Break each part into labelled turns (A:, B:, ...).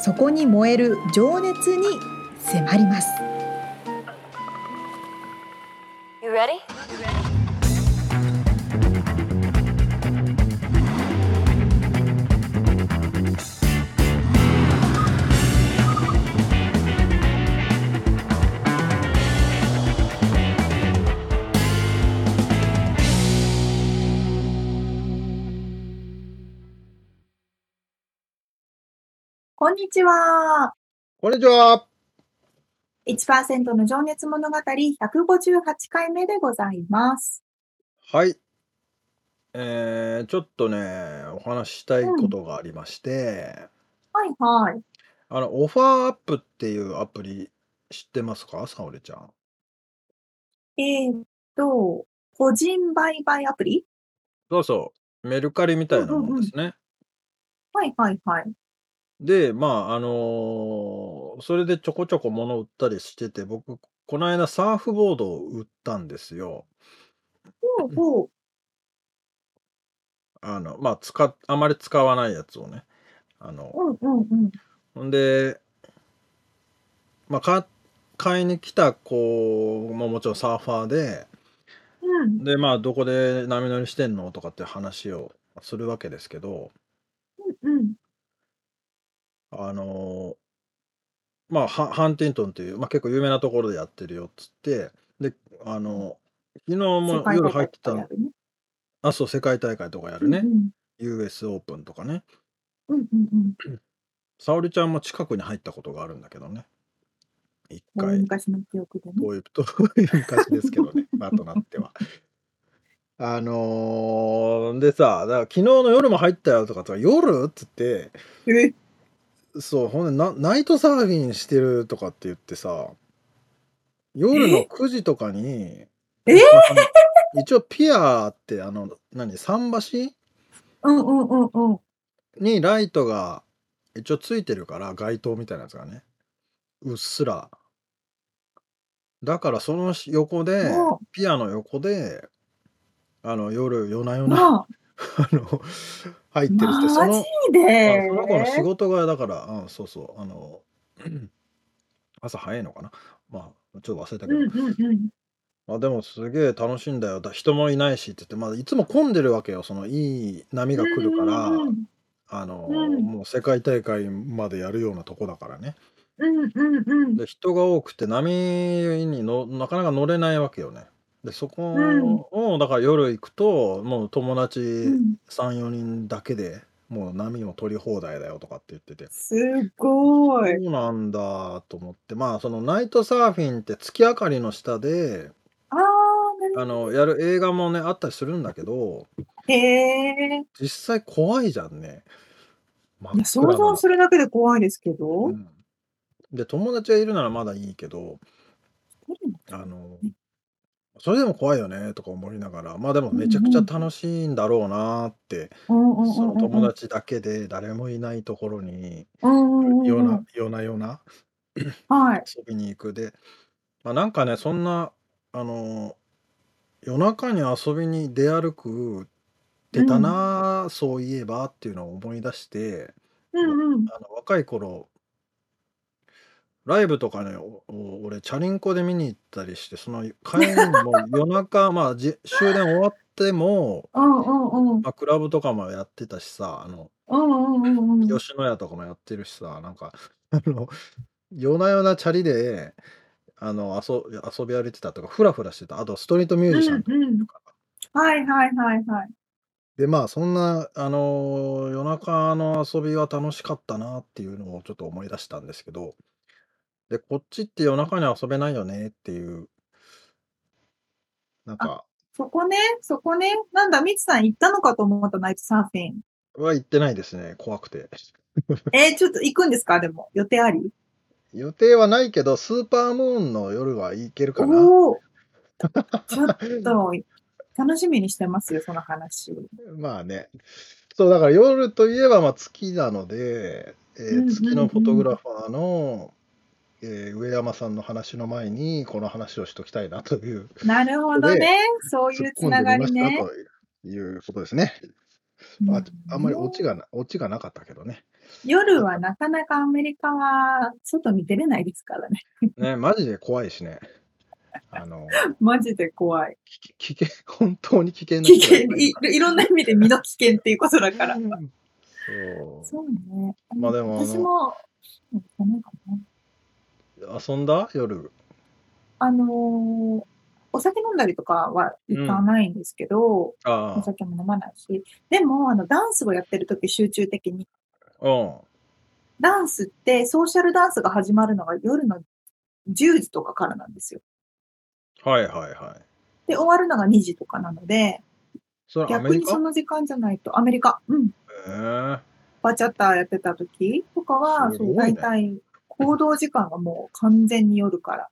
A: そこに燃える情熱に迫ります
B: You ready?
A: こんにちは
C: こんにちは。
A: 1%の情熱物語158回目でございます
C: はい。えー、ちょっとね、お話ししたいことがありまして、
A: はいはい
C: あの、オファーアップっていうアプリ知ってますか沙織ちゃん。
A: えーっと個人売買アプリ
C: そうそう。メルカリみたいなものですね。
A: はいはいはい
C: で、まあ、あのーそれでちょこちょこ物を売ったりしてて、僕、この間サーフボードを売ったんですよ。
A: ほうほう
C: あの、まあ、使っ、あまり使わないやつをね。あの、
A: うんうんうん
C: ほんで、まあ、か買いに来た子ももちろんサーファーで、
A: うん
C: で、まあ、どこで波乗りしてんのとかって話をするわけですけど、
A: うん
C: あのーまあ、ハハンティントンという、まあ、結構有名なところでやってるよっつって、で、あの昨日
A: 世
C: も
A: 界
C: 夜
A: 大
C: 入ってた
A: 会
C: の
A: とかやるね
C: あ、そう、世界大会とかやるね。US オープンとかね。
A: うんうんうんうん
C: 沙織ちゃんも近くに入ったことがあるんだけどね。一
A: うん
C: 回。
A: 昔の記憶でね
C: こう いう、どういう昔ですけどね、まあ、となっては。あのーでさ、だから昨日の夜も入ったよとかとか、夜っつって、
A: え
C: そう、ほんでな、ナイトサーフィンしてるとかって言ってさ、夜の
A: え
C: 9時とかに、
A: え
C: まああの一応ピアって、あの、何、桟橋
A: うんうんうんうん
C: にライトが一応ついてるから、街灯みたいなやつがね、うっすら。だからその横で
A: うん、
C: ピアの横で、あの夜、夜な夜な、
A: まあ
C: あの、入ってるって、そ
A: マ
C: の、
A: ジで
C: あその子の仕事がだから、うん、そうそう、あの、 朝早いのかな。まあ、ちょっと忘れたけ
A: う
C: ど、
A: んうんうん
C: まあでもすげえ楽しいんだよ。だ人もいないしって言って、まあいつも混んでるわけよ。そのいい波が来るから、
A: うんうん
C: あの、
A: うん
C: もう世界大会までやるようなとこだからね。
A: うんうんうん
C: で、人が多くて波にのなかなか乗れないわけよね。で、そこを、だから夜行くと、もう友達
A: うん
C: 3、4人だけで、もう波も取り放題だよとかって言ってて。
A: すごい。
C: そうなんだと思って、まあそのナイトサーフィンって月明かりの下で
A: ああ、なるほ
C: あのやる映画もねあったりするんだけ
A: ど。
C: ど
A: へえ。
C: 実際怖いじゃんね。真っ
A: いや想像するだけで怖いですけど
C: う。んで友達がいるならまだいいけどあのそれでも怖いよねとか思いながらまあでもめちゃくちゃ楽しいんだろうなって、
A: うんうんうんうん
C: その友達だけで誰もいないところに
A: うんうんうん
C: 夜な夜な夜な
A: はい。
C: 遊びに行くで、まあ、なんかねそんなあの夜中に遊びに出歩く出たな、そういえばっていうのを思い出して
A: うんうん。
C: あの若い頃ライブとかねおお俺チャリンコで見に行ったりしてその帰りに も夜中まあじ終電終わっても、
A: うんうんうん。
C: まあ、クラブとかもやってたしさあの
A: うんうんうんうん。
C: 吉野家とかもやってるしさなんかあの夜な夜なチャリであの遊遊び歩いてたとかフラフラしてたあとストリートミュージシャンとか、
A: うんうんはいはいはいはい。
C: でまあそんなあの夜中の遊びは楽しかったなっていうのをちょっと思い出したんですけどでこっちって夜中には遊べないよねっていうなんか
A: そこね、そこね。なんだ、ミツさん行ったのかと思ったナイトサーフィン。
C: は言ってないですね怖くて
A: えー、ちょっと行くんですかでも。予定あり
C: 予定はないけど、スーパームーンの夜は行けるかな。
D: おお。 ちょっと、楽しみにしてますよ、その話。
C: まあね。そう、だから夜といえばまあ月なので、えー
D: うんうんうん
C: 月のフォトグラファーの、えー上山さんの話の前に、この話をしときたいなという、
D: なるほどね。そうい
C: 突
D: う
C: っ
D: つ
C: 込んで
D: なが
C: み
D: り
C: ました
D: ね。
C: ということですね。ああんまりオチがなオチがなかったけどね。
D: 夜はなかなかアメリカは外に出れないですからね。
C: ね、マジで怖いしね。あの、
D: マジで怖い。
C: 危危険、本当に危険な
D: 危
C: 人がい
D: 険
C: っぱいい
D: い
C: る、
D: いろんな意味で身の危険っていうことだから。
C: そ
D: そうね。
C: まあでもあの
D: 私も、なんかね
C: う。遊んだ夜。
D: あのーお酒飲んだりとかは行かないんですけど、
C: あ
D: お酒も飲まないし、でも、あの、ダンスをやってるとき集中的に、
C: あ、うん。
D: ダンスってソーシャルダンスが始まるのが夜の10時とかからなんですよ。
C: はいはいはい。
D: で、終わるのが2時とかなので、
C: それアメ
D: 逆
C: リ
D: に
C: カ
D: その時間じゃないと、アメリカ、うん、
C: えー
D: バチャッターやってた時とかは、
C: す
D: そ
C: ご
D: う
C: いね
D: 大体行動時間がもう完全に夜から、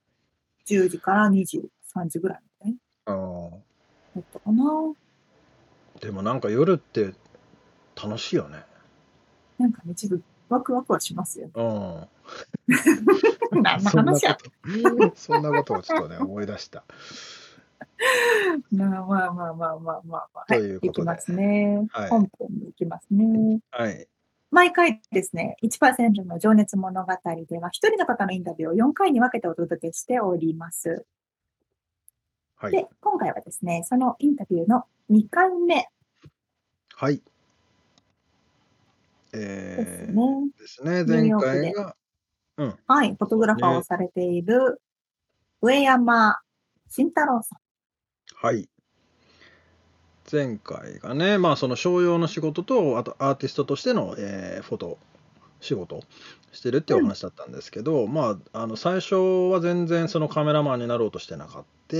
D: 10時から2時、3時ぐらいみたいな
C: あー
D: だったかな。
C: でもなんか夜って楽しいよね。
D: なんかね、ちょっとワクワクはします よね。
C: うん。
D: 何の
C: そんな
D: 話や
C: こと、 そんなことをちょっとね、思い出した。
D: まあまあまあまあまあまあ、まあ。
C: ということ
D: き
C: で
D: ますね。
C: はい
D: 本編に行きますね。
C: はい。
D: 毎回ですね、1%の情熱物語では、一人の方のインタビューを4回に分けてお届けしております。
C: は
D: で
C: い。、
D: 今回はですね、そのインタビューの2回目
C: はい。
D: です
C: え
D: ね。
C: ー、ですね。
D: ニューヨ
C: 前
D: ークで
C: 回が、
D: はい、フォトグラファーをされている、上山慎太郎さ
C: はい。前回がね、まあその商用の仕事と、あとアーティストとしての、えーフォト仕事してるっていうお話だったんですけど、まあ、あの最初は全然そのカメラマンになろうとしてなかった。
D: ん。うん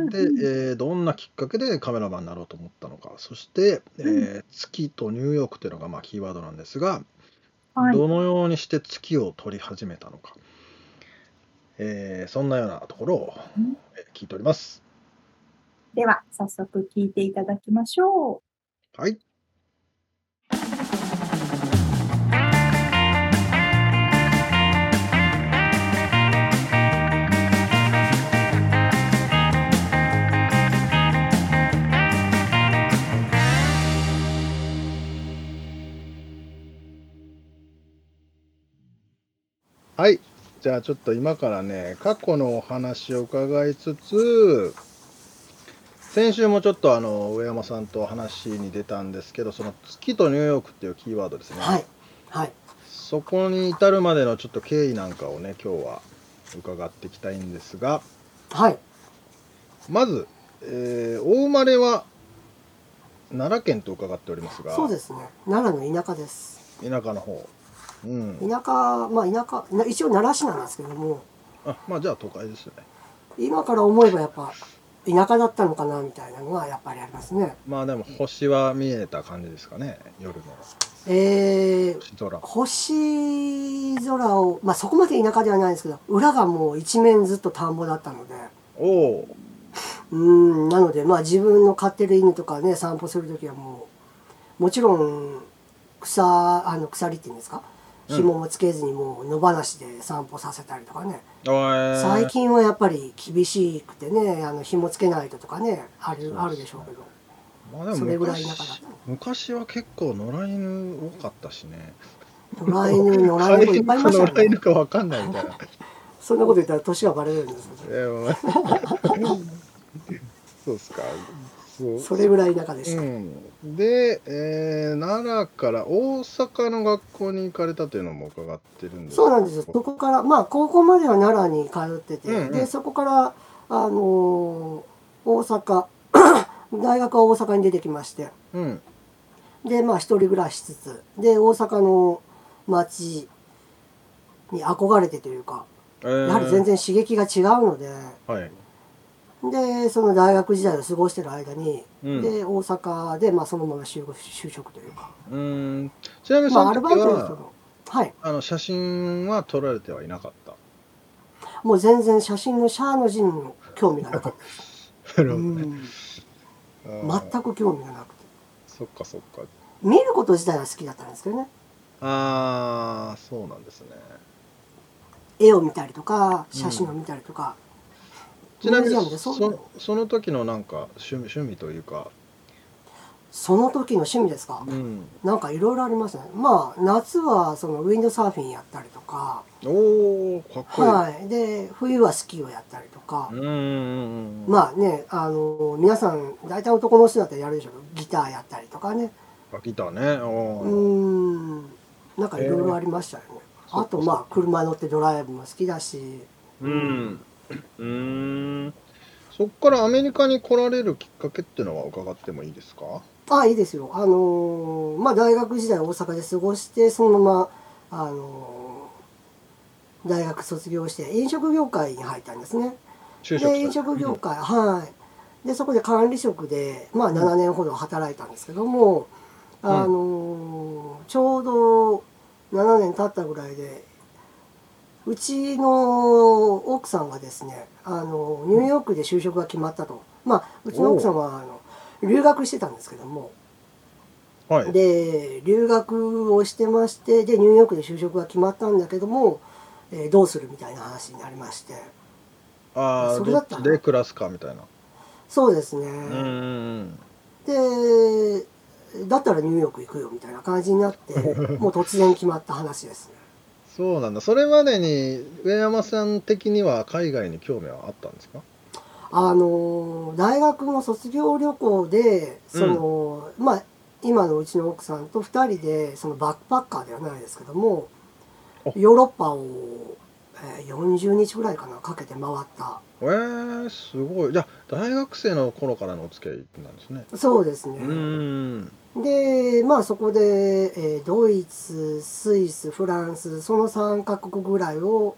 D: うん
C: で、
D: うん
C: えーどんなきっかけでカメラマンになろうと思ったのかそして、えー月とニューヨークというのがまあキーワードなんですが、
D: はい、
C: どのようにして月を撮り始めたのか、えーそんなようなところを
D: うん
C: えー聞いております。
D: では、早速聞いていただきましょう。
C: はい、はい、じゃあちょっと今からね過去のお話を伺いつつ先週もちょっとあの上山さんと話に出たんですけどその月とニューヨークっていうキーワードですね、
E: はい。はい。
C: そこに至るまでのちょっと経緯なんかをね今日は伺っていきたいんですが
E: はい。
C: まず、えーお生まれは奈良県と伺っておりますが
E: そうですね。奈良の田舎です。
C: 田舎の方うん
E: 田舎、まあ田舎、な一応奈良市なんですけども、
C: あまあじゃあ都会ですよね
E: 今から思えばやっぱ田舎だったのかなみたいなのはやっぱりありますね。
C: まあでも星は見えた感じですかね夜の
E: えー、
C: 星空
E: 星空を、まあそこまで田舎ではないですけど、裏がもう一面ずっと田んぼだったので、
C: おお
E: うーん、なのでまあ自分の飼ってる犬とかね、散歩するときはもう、もちろん草、あの鎖っていうんですか
C: うん
E: 紐もつけずにもう野放しで散歩させたりとかね。最
C: 最
E: 近はやっぱり厳しくてねあの紐つけないととかねある
C: そうですね
E: あるでしょうけど
C: まあでも
E: それぐらい
C: 昔
E: 田舎だった
C: 昔は結構野良犬多かったしね
E: 野良犬野良
C: 飼
E: 猫
C: い
E: いっ
C: 犬
E: ぱいい
C: か
E: ました
C: 野良
E: よね
C: 犬かわかんないみたいな
E: そんなこと言ったら年がバレるんですけ
C: えーまあ そうっすかそう
E: どそれぐらい田舎でした、
C: うん、で、えー奈良から大阪の学校に行かれたというのも伺ってるんです
E: そうなんですよそこからまあ高校までは奈良に通ってて、
C: うんうん
E: でそこからあのー大阪 大学は大阪に出てきまして
C: うん
E: でまあ一人暮らししつつで大阪の街に憧れてというか
C: え
E: や
C: ー
E: はり全然刺激が違うので、
C: はい、
E: でその大学時代を過ごしてる間に、
C: うん、
E: で大阪で、まあ、そのまま就就職というか、
C: うーんちなみに
E: ま
C: そ
E: あ、
C: の
E: アル
C: 時
E: バイトの人
C: は
E: のはい。
C: あの写真は撮られてはいなかった。
E: もう全然写真のシャーの字にも興味がなかった。
C: なる
E: う
C: ほどね。
E: ん
C: あー
E: 全く興味がなくて。
C: そっかそっか。
E: 見ること自体は好きだったんですけどね。
C: ああ、そうなんですね。
E: 絵を見たりとか、写真を見たりとか。
C: ちなみ
E: ミュージアム
C: に
E: で
C: そ
E: そうだよ
C: のその時のなんか趣味趣味というか、
E: その時の趣味ですか、
C: うん、
E: なんかいろいろありますね。まあ、夏はそのウィンドサーフィンやったりとか、
C: おおかっこいい。
E: はい。で、冬はスキーをやったりとか
C: う、んうんうんうん。
E: まあね、あの、皆さん、大体男の人だったらやるでしょうギターやったりとかね。
C: あギターね。おー
E: うーん。なんかいろいろありましたよね。
C: えー
E: あと、まあ、車乗ってドライブも好きだし、
C: うん。うーん。そっからアメリカに来られるきっかけっていうのは伺ってもいいですか
E: あ、いいですよ。あのーまあ、大学時代大阪で過ごして、そのまま、あのー大学卒業して飲食業界に入ったんですね。
C: 就職
E: で飲食業界、はいでそこで管理職で、まあ、7年ほど働いたんですけども、
C: うん
E: あのーちょうど7年経ったぐらいでうちの奥さんがですねあのニューヨークで就職が決まったと、まあ、うちの奥さんはあの留学してたんですけども
C: はい。
E: で留学をしてましてでニューヨークで就職が決まったんだけども、えーどうするみたいな話になりまして
C: ああ、
E: それ
C: ど
E: だ
C: っ
E: った
C: ち
E: ら
C: で暮らすかみたいな。
E: そうですね。
C: うんうん
E: でだったらニューヨーク行くよみたいな感じになって もう突然決まった話ですね
C: そうなんだ。それまでに上山さん的には海外に興味はあったんですか
E: あの大学の卒業旅行でその、まあ今のうちの奥さんと2人でそのバックパッカーではないですけども
C: お
E: ヨーロッパを、えー40日ぐらいかなかけて回った
C: えー、すごい。じゃあ、大学生の頃からのお付き合いなんですね。
E: そうです
C: う
E: ね、
C: ーん。
E: でまあそこで、えードイツスイスフランスその3カ国ぐらいを、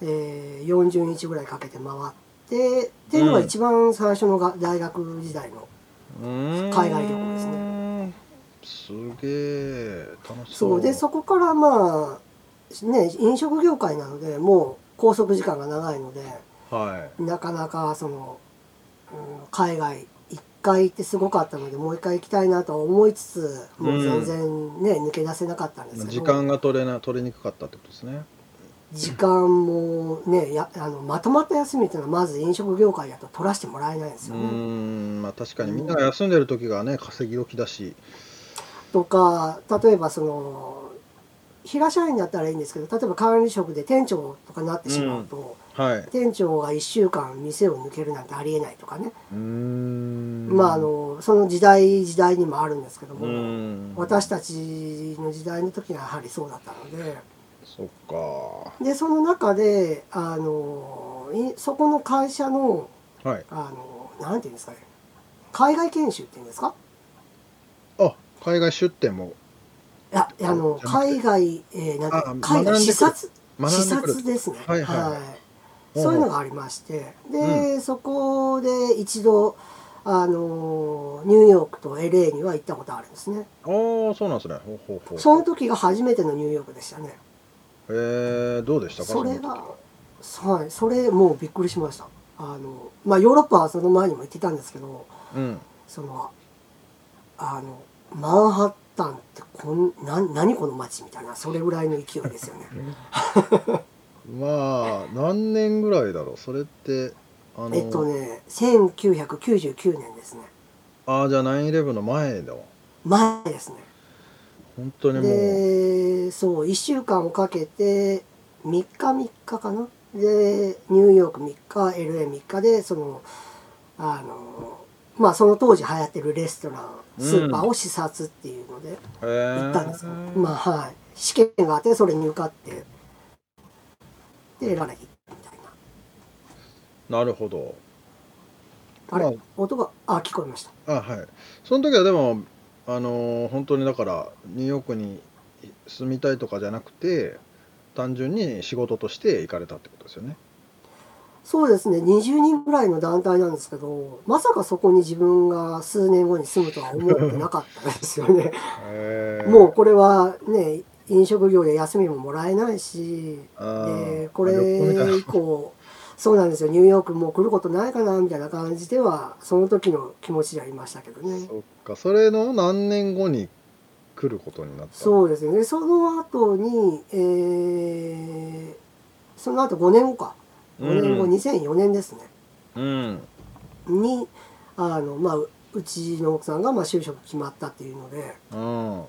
E: えー40日ぐらいかけて回ってっていうのが
C: うん
E: 一番最初のが大学時代の、
C: うーん
E: 海外旅行です
C: ね。すげえ、楽しそう。
E: そうでそこからまあね飲食業界なのでもう拘束時間が長いので
C: は
E: なかなかその、うん海外1回行ってすごかったのでもう1回行きたいなとは思いつつもう全然ね、抜け出せなかったんで
C: い。
E: すけど
C: 時間が取れな、取りにくかったってことですね。
E: 時間もねやあのまとまった休みっていうのはまず飲食業界だと取らせてもらえないんです
C: う
E: よ
C: ー
E: ね。
C: ん、まあ確かにみんなが休んでる時がね、稼ぎ時だし。
E: とか例えばその平社員だったらいいんですけど例えば管理職で店長とかになってしまうと、
C: はい。う
E: 店長が1週間店を抜けるなんてありえないとかね、
C: ーん。
E: まああ、のその時代時代にもあるんですけど
C: う
E: も、
C: ーん。
E: 私たちの時代の時はやはりそうだったので。
C: そっか。
E: でその中であのいそこの会社の
C: はい。
E: あの、なんていうんですかね。海外研修っていうんですか
C: あ、海外出店も
E: いや、あの、
C: じゃなくて
E: 海外、えー、なん
C: あ
E: て
C: 学んで
E: 海
C: くる
E: 外視察、
C: 学
E: 視
C: んでくる。
E: 察ですね。
C: はいはい
E: いそういうのがありまして。で、そこで一度、あの、ニューヨークと LA には行ったことあるんですね。
C: ああ、そうなんですね。ほうほうほう。
E: その時が初めてのニューヨークでしたね。
C: えー、どうでしたか
E: それ
C: の時
E: が、はい、それもうびっくりしました。あの、まあ、ヨーロッパはその前にも行ってたんですけど、
C: うん。
E: そのあのマンハッタンってこんなん何この街みたいなそれぐらいの勢いですよね
C: まあ、何年ぐらいだろう。それって、あの、
E: えっとね1999年ですね
C: ああ、じゃあ9-11の前の、
E: 前ですね
C: 本当にもう、
E: でそう1週間をかけて3日3日かなでニューヨーク3日 LA3 日でそのあのまあその当時流行ってるレストランスーパーを視察っていうので、
C: え
E: 行
C: ー
E: ったんですよ、まあはい試験があってそれに受かってで選ばなきゃいけないみたいな
C: なるほど。
E: あれ、
C: まあ
E: 音があ聞こえました
C: あはいその時はでもあのー本当にだからニューヨークに住みたいとかじゃなくて単純に仕事として行かれたってことですよね
E: そうですね20人ぐらいの団体なんですけどまさかそこに自分が数年後に住むとは思ってなかったですよね
C: へえ
E: もうこれはね飲食業で休みももらえないし、
C: あー
E: でこ
C: あ旅行みたいな
E: れ以降そうなんですよニューヨークもう来ることないかなみたいな感じではその時の気持ちではいましたけどね
C: そっかそれの何年後に来ることになったう
E: そうですねでその後に、えーその後5年後か5年後、
C: うん
E: 2004年ですね
C: うん
E: にあの、まあ、ううちの奥さんがまあ就職決まったっていうので
C: うん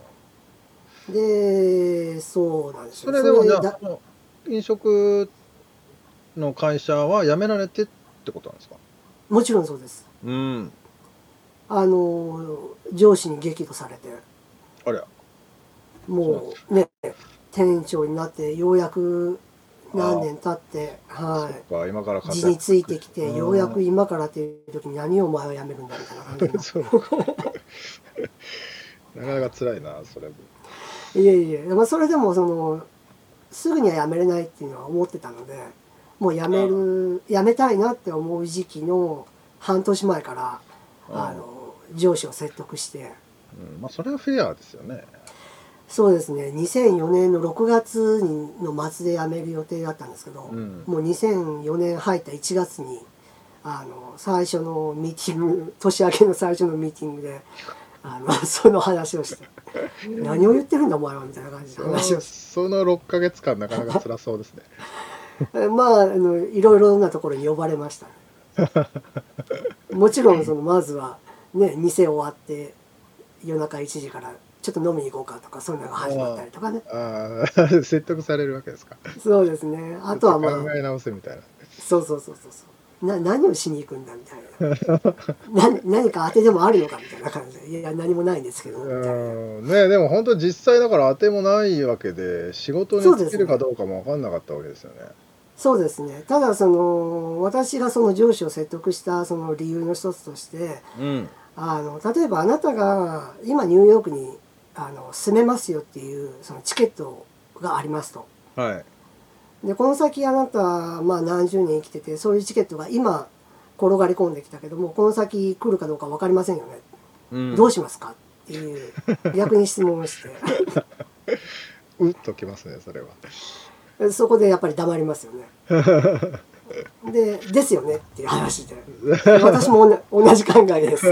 E: でそうなんです
C: そ
E: よ
C: れでもじゃ
E: だ
C: あもう飲食の会社は辞められてってことなんですか
E: もちろんそうです
C: うん
E: あの上司に激怒されて
C: ありゃ
E: もうね店長になってようやく何年経っては
C: そっか今から
E: い
C: 活
E: 地
C: 躍
E: についてきて
C: うん
E: ようやく今からっていう時に何をお前は辞めるんだみたいな感じになっ
C: そうなかなか辛いなそれも
E: ていえいえ、まあ、それでもそのすぐには辞めれないっていうのは思ってたのでもう辞める辞めたいなって思う時期の半年前からあの上司を説得して。
C: うんまあそれはフェアですよね
E: そうですね2004年の6月にの末で辞める予定だったんですけど、
C: うん
E: もう2004年入った1月にあの最初のミーティング年明けの最初のミーティングであのその話をして 「何を言ってるんだお前は」みたいな感じで話をし
C: その6ヶ月間なかなか辛そうですね
E: てまああのいろいろなところに呼ばれましたね、もちろんそのまずはね店終わって夜中1時からちょっと飲みに行こうかとかそういうのが始まったりとかね
C: ああ説得されるわけですか
E: そうですねあとはまあ
C: 考え直せみたいな
E: そうそうそうそうそうな何をしに行くんだみたいなな何か当てでもあるのかみたいな感じでいや何もないんですけどみたいな
C: うんねでも本当実際だから当てもないわけで仕事に
E: そうで
C: 就
E: すね
C: けるかどうかも分かんなかったわけですよね
E: そうですねただその私がその上司を説得したその理由の一つとして
C: うん
E: あの例えばあなたが今ニューヨークにあの住めますよっていうそのチケットがありますと。
C: はい
E: でこの先あなた、まあ、何十年生きててそういうチケットが今転がり込んできたけどもこの先来るかどうか分かりませんよね
C: うん
E: どうしますかっていう逆に質問をして
C: うっときますねそれは
E: そこでやっぱり黙りますよ ね。で「ですよね」っていう話で私もおな同じ考えです。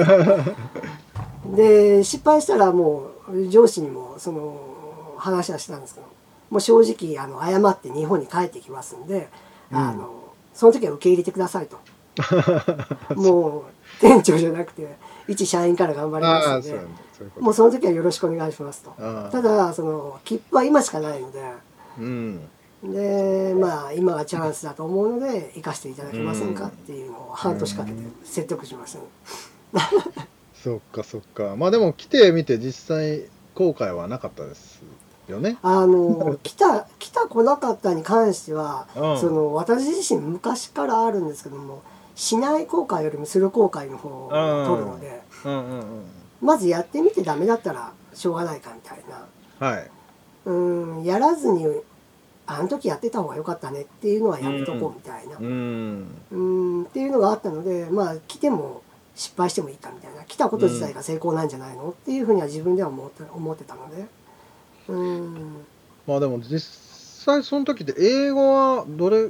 E: で失敗したらもう上司にもその話はしたんですけどもう正直あの謝って日本に帰ってきますんで、あのその時は受け入れてくださ いと。もう店長じゃなくて一社員から頑張り
C: あ
E: ま
C: あ
E: す
C: そ
E: ん
C: うな
E: で
C: んだそういうこ
E: もう
C: と
E: その時はよろしくお願いしますと。
C: ああ
E: ただその切符は今しかないので
C: うん
E: でまあ今がチャンスだと思うので生かしていただけませんかっていうのを半年かけて説得しましたね、
C: そっかそっかまあでも来てみて実際後悔はなかったですよね
E: あの来た来た来なかったに関しては、
C: うん
E: その私自身昔からあるんですけどもしない後悔よりもする後悔の方を取るので、
C: うんうんうん
E: まずやってみてダメだったらしょうがないかみたいな
C: はい
E: うんやらずにあの時やってた方が良かったねっていうのはやめとこうみたいな、
C: うん
E: うーんっていうのがあったのでまあ来ても失敗してもいいかみたいな来たこと自体が成功なんじゃないの、っていうふうには自分では思って思ってたのでうーん
C: まあでも実際その時って英語はどれ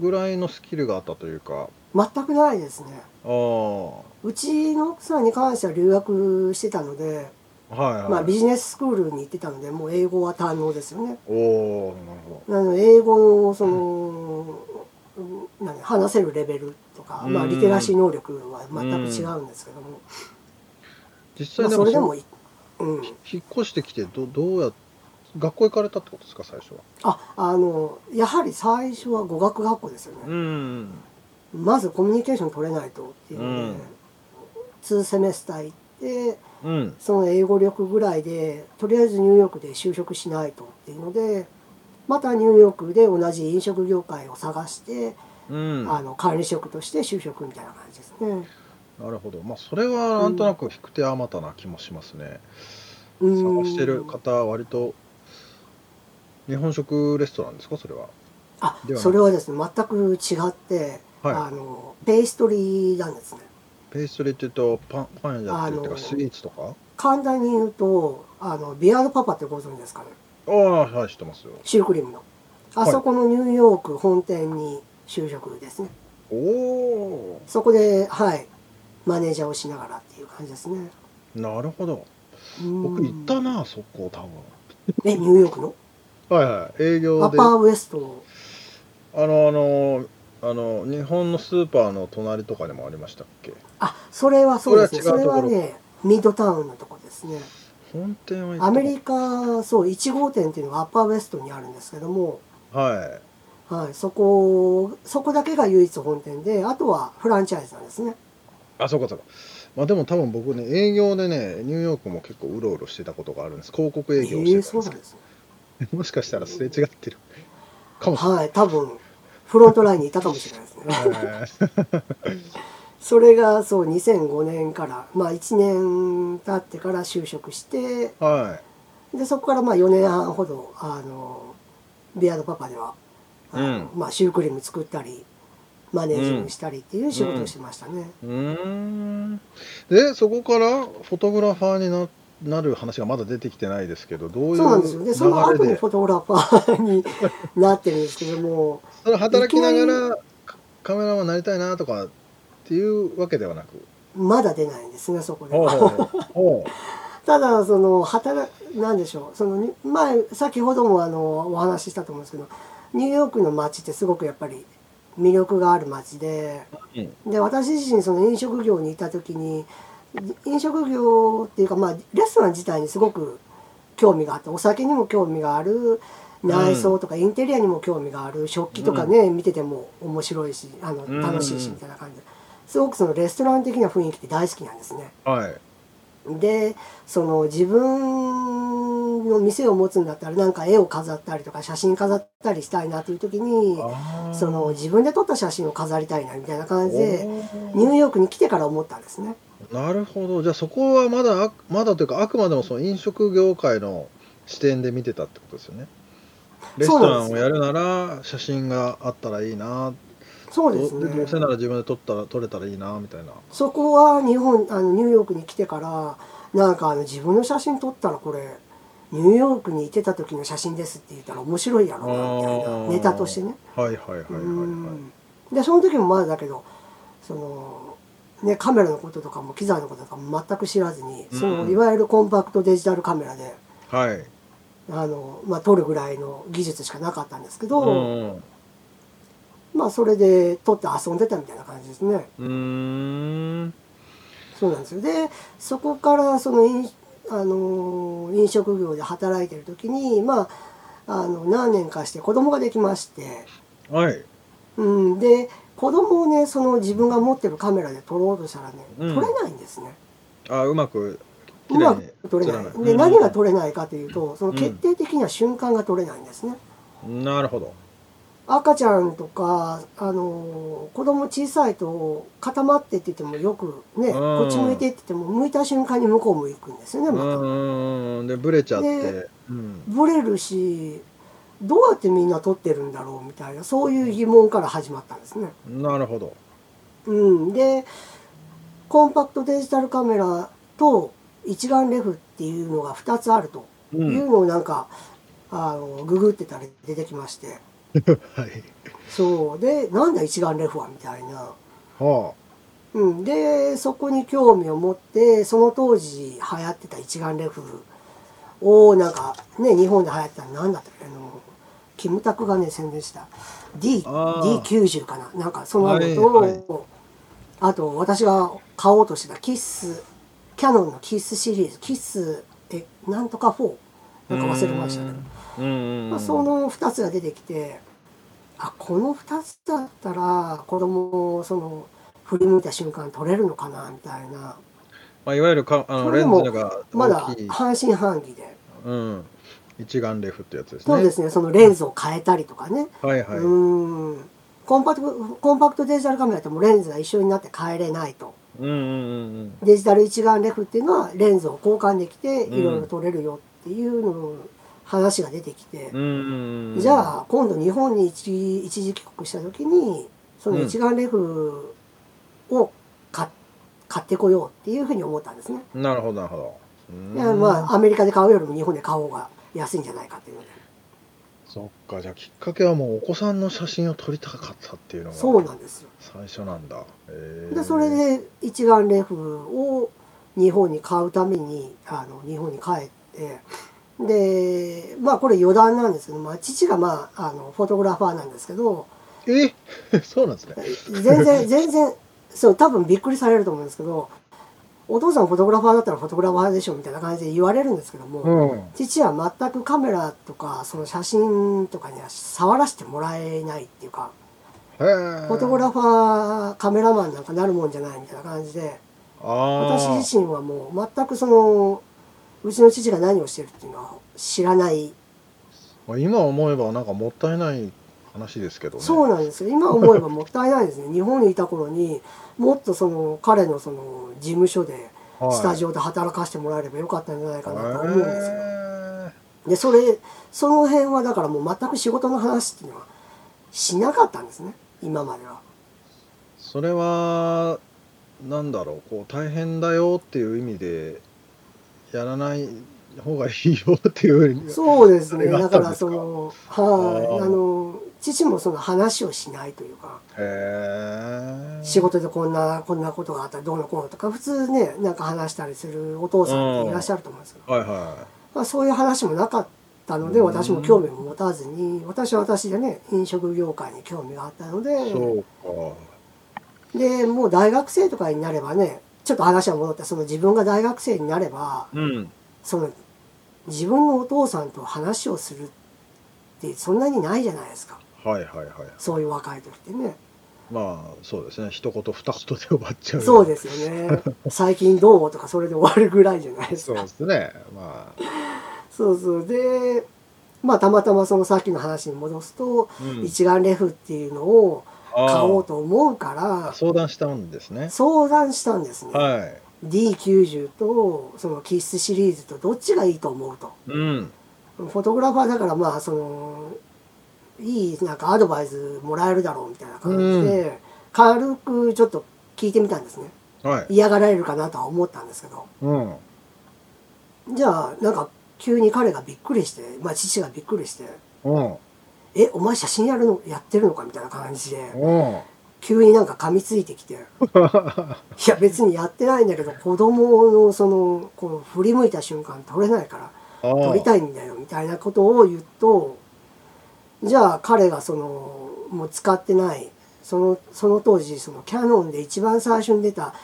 C: ぐらいのスキルがあったというか
E: 全くないですね
C: ああは
E: うちの奥さんに関しては留学してたので、
C: いはい、
E: まあ、ビジネススクールに行ってたのでもう英語は堪能ですよね
C: おおなるほ
E: なので英語のその、うんなんだ話せるレベルとか、まあ、
C: うん
E: リテラシー能力は全く違うんですけども、
C: ど実際
E: まあ、
C: で
E: そ
C: も
E: れでもいうん、
C: 引っ越してきてどどうやっ学校行かれたってことですか最初は
E: ああのやはり最初は語学学校ですよね、
C: ん
E: まずコミュニケーション取れないとっていう
C: う
E: の
C: ん
E: で、2セメスター行って
C: うん
E: その英語力ぐらいでとりあえずニューヨークで就職しないとっていうのでまたニューヨークで同じ飲食業界を探して、
C: うん
E: あ
C: な
E: の管理職として就職みたいな感じですね。
C: るほどまあそれはなんとなく引く手あまたな気もしますね、
E: うん
C: 探してる方は割と日本食レストランですかそれは
E: あ
C: ではない
E: それはですね全く違って、
C: はい
E: あのペイストリーなんですね。
C: ペーストリーっていうとパンパンやってるっていう
E: あの
C: かスイーツとか
E: 簡単に言うとあのビアードパパってご存知ですかね
C: ああ、はい、知ってますよ。
E: シュークリームのあそこのニューヨーク本店に就職ですね
C: おお
E: そこではいマネージャーをしながらっていう感じですね
C: ー、なるほど。
E: うん
C: 僕行ったな、そこ、多分。
E: えニューヨークの
C: はいはい。営
E: ア
C: 業
E: ッ
C: で、
E: パ
C: あ
E: ーウエスト
C: の、あの、あの、日本のスーパーの隣とかでもありましたっけ
E: あそれはそうですね
C: そ
E: そ
C: れ
E: れ
C: は違う
E: は
C: ところ
E: ねミッドタウンのとこですね
C: 本店は行った
E: アメリカそう1号店っていうのがアッパーウエストにあるんですけども、
C: は
E: はい、そこそこだけが唯一本店であとはフランチャイズなんですね
C: い。あ、そうかそうか。まあでも多分僕ね、営業でね、ニューヨークも結構うろうろしてたことがあるんです。広告
E: え
C: 営業をして
E: ー、
C: たん
E: そう
C: ですけど、
E: なんですね
C: もしかしたらすれ違ってるかもしれない。
E: はい多分フロントラインにいたかもしれないですね
C: えー
E: それがそう2005年からまあ1年経ってから就職して
C: はい。
E: でそこからまあ4年半ほどあのビアードパパではあの、まあ、シュークリーム作ったりマネージングしたりっていう仕事をしてましたね、
C: うーんでそこからフォトグラファーにななる話がまだ出てきてないですけどどういう
E: そうなんですよでその
C: 流
E: 後
C: れ
E: に
C: で
E: フォトグラファーになってるんですけども
C: それ働きなが
E: いき
C: らカカメラマンになりたいなとかっていうわけではな く
E: まだ出ないんですねそこで
C: ほう
E: は
C: ほうほう
E: ただその働なんでしょうそのに前先ほどもあのお話ししたと思うんですけどニューヨークの街ってすごくやっぱり魅力がある街で
C: うん
E: で私自身その飲食業にいた時に飲食業っていうかまあレストラン自体にすごく興味があってお酒にも興味がある内装とかインテリアにも興味がある食器とかね、見てても面白いしあの
C: うん
E: 楽しいしみたいな感じですごくそのレストラン的な雰囲気って大好きなんですね。
C: はい
E: でその自分の店を持つんだったらなんか絵を飾ったりとか写真飾ったりしたいなという時に
C: あー
E: その自分で撮った写真を飾りたいなみたいな感じでニュ
C: お
E: ーヨークに来てから思ったんですね。
C: ーなるほどじゃあそこはまだあまだというかあくまでもその飲食業界の視点で見てたってことですよねレス
E: そう
C: ト
E: な
C: ラ
E: んです
C: ンをやるなら写真があったらいいな
E: そうです
C: どどうせ
E: ね
C: なら自分で撮ったら撮れたらいいなみたいな
E: そこは日本あのニューヨークに来てからなんかあの自分の写真撮ったらこれニューヨークにいてた時の写真ですって言ったら面白いやろうなみたい
C: あー
E: なネタとしてね。
C: はいはいはいはいは
E: うんでその時もまだだけどその、ね、カメラのこととかも機材のこととかも全く知らずに、
C: うん
E: そのいわゆるコンパクトデジタルカメラで
C: い。はい。
E: あの、まあ、撮るぐらいの技術しかなかったんですけど、
C: うん
E: まあ、それで撮って遊んでたみたいな感じですね。
C: うん。うーん。
E: そうなんですよでそこからその飲,、あの飲食業で働いてる時に、まあ、あの何年かして子供ができまして。
C: はい。
E: うん、で子供をねその自分が持ってるカメラで撮ろうとしたらね、
C: うん
E: 撮れないんですね
C: あ、うまく。綺
E: う
C: 麗
E: まく
C: に
E: 撮れ
C: 映
E: な
C: ら
E: い
C: ない。
E: で何が
C: と
E: 撮れないかというとその決定的な瞬間が撮れないんですね、
C: なるほど。
E: 赤ちゃんとかあの子供小さいと固まってって言ってもよくね、
C: うん
E: こっち向いてって言っても向いた瞬間に向こう向くんですよね
C: う
E: また、
C: ーん。で、ブレちゃって
E: で。
C: うん。
E: ブレるしどうやってみんな撮ってるんだろうみたいなそういう疑問から始まったんですね
C: なるほど。
E: うん、でコンパクトデジタルカメラと一眼レフっていうのが2つあると
C: う。
E: い うんのをなんか、あのググってたら出てきまして
C: はい。
E: そうでなんだ一眼レフはみたいな、
C: は
E: うん、でそこに興味を持ってその当時流行ってた一眼レフをなんかね日本で流行ってたのなんだったっけあのキムタクがね宣伝した D
C: あー
E: D90 かななんかそののと、
C: はいはい
E: あと私が買おうとしてたキッスキャノンのキッスシリーズキッスえなんとか4
C: あ。
E: なんか忘れましたけど、
C: うん。うん。う
E: まあ、
C: ん
E: そ。の2つが出てきてあこの2つだったら子供をその振り向いた瞬間撮れるのかなみたいな
C: まあ、いわゆるか、あの、
E: そ
C: レ
E: れで
C: ン
E: も
C: ズが
E: まだ
C: 大きい。
E: 半信半疑で、
C: うん。一眼レフってやつですね。
E: そうですねそのレンズを変えたりとかね、
C: はいは
E: う
C: い。
E: ーんコンパクトコンパクトデジタルカメラともレンズが一緒になって変えれないと。
C: うんうんうん
E: デジタル一眼レフっていうのはレンズを交換できて
C: うん
E: いろいろ撮れるよっていうのの話が出てきて
C: うん。う、んうん。
E: じゃあ今度日本に一一時帰国した時にその一眼レフを買っ買ってこようっていうふうに思ったんですね。
C: なるほど、なるほど。うーん
E: いやまあアメリカで買うよりも日本で買おうが安いんじゃないかというので
C: そっかじゃあきっかけはもうお子さんの写真を撮りたかったっていうのが
E: そうなんですよ
C: 最初なんだへえ
E: でそれで一眼レフを日本に買うためにあの日本に帰ってでまあこれ余談なんですけど、まあ、父がまああのフォトグラファーなんですけど
C: え そうなんですね
E: 全然全然そう多分びっくりされると思うんですけどお父さんフォトグラファーだったらフォトグラファーでしょみたいな感じで言われるんですけども、
C: うん
E: 父は全くカメラとかその写真とかには触らせてもらえないっていうか
C: へえ
E: フォトグラファーカメラマンなんかなるもんじゃないみたいな感じで
C: あ
E: 私
C: ー
E: 自身はもう全くそのうちの父が何をしてるっていうのは知らない
C: まあ今思えばなんかもったいない話ですけどね
E: そうなんですよ今思えばもったいないですね日本にいた頃にもっとその彼のその事務所で
C: はい
E: スタジオで働かせてもらえればよかったんじゃないかなと思うんですよ。
C: へ
E: でそれその辺はだからもう全く仕事の話っていうのはしなかったんですね今までは。
C: ーそれはなんだろうこう大変だよっていう意味でやらない方がいいよっていうふうに
E: そうですね
C: それがあ
E: だ
C: った
E: か
C: ん
E: ら
C: ですか
E: そのはい
C: あー
E: あの父もその話をしないというか
C: へえ
E: 仕事でこんなこんなことがあったらどうのこうのとか普通ねなんか話したりするお父さんっていらっしゃると思うんですけど、
C: はいは
E: まあ、そういう話もなかったので
C: うん
E: 私も興味も持たずに私は私でね飲食業界に興味があったの
C: いそう
E: で
C: か
E: でもう大学生とかになればねちょっと話は戻ってその自分が大学生になれば
C: うん
E: その自分のお父さんと話をするってそんなにないじゃないですか
C: はいはいはい
E: そういう若い時ってね
C: まあそうですね一言二言で終わっちゃう
E: そうですす よね最近どうとかそれで終わるぐらいじゃないです
C: そう
E: か
C: ですねまあ、
E: そうそうでまあたまたまそのさっきの話に戻すと、
C: うん
E: 一眼レフっていうのを買おう
C: と
E: と思うから
C: 相談したんですね
E: 相談したんですね、
C: はい
E: D90 とその機質シリーズとどっちがいいと思うと
C: うん
E: フォトグラファーだからまあそのいいなんかアドバイスもらえるだろうみたいな感じで、軽くちょっと聞いてみたんですね
C: はい
E: 嫌がられるかなとは思ったんですけど
C: うん
E: じゃあなんか急に彼がびっくりして、まあ、父がびっくりして
C: うん
E: 「えお前写真やるのやってるのか?」みたいな感じで
C: うん
E: 急になんか噛みついてきて「いや別にやってないんだけど子供のそのこう振り向いた瞬間撮れないから
C: あ
E: 撮りたいんだよみたいなことを言うとじゃあ彼がそのもう使ってないそのその当時そのキャノンで一番最初に出た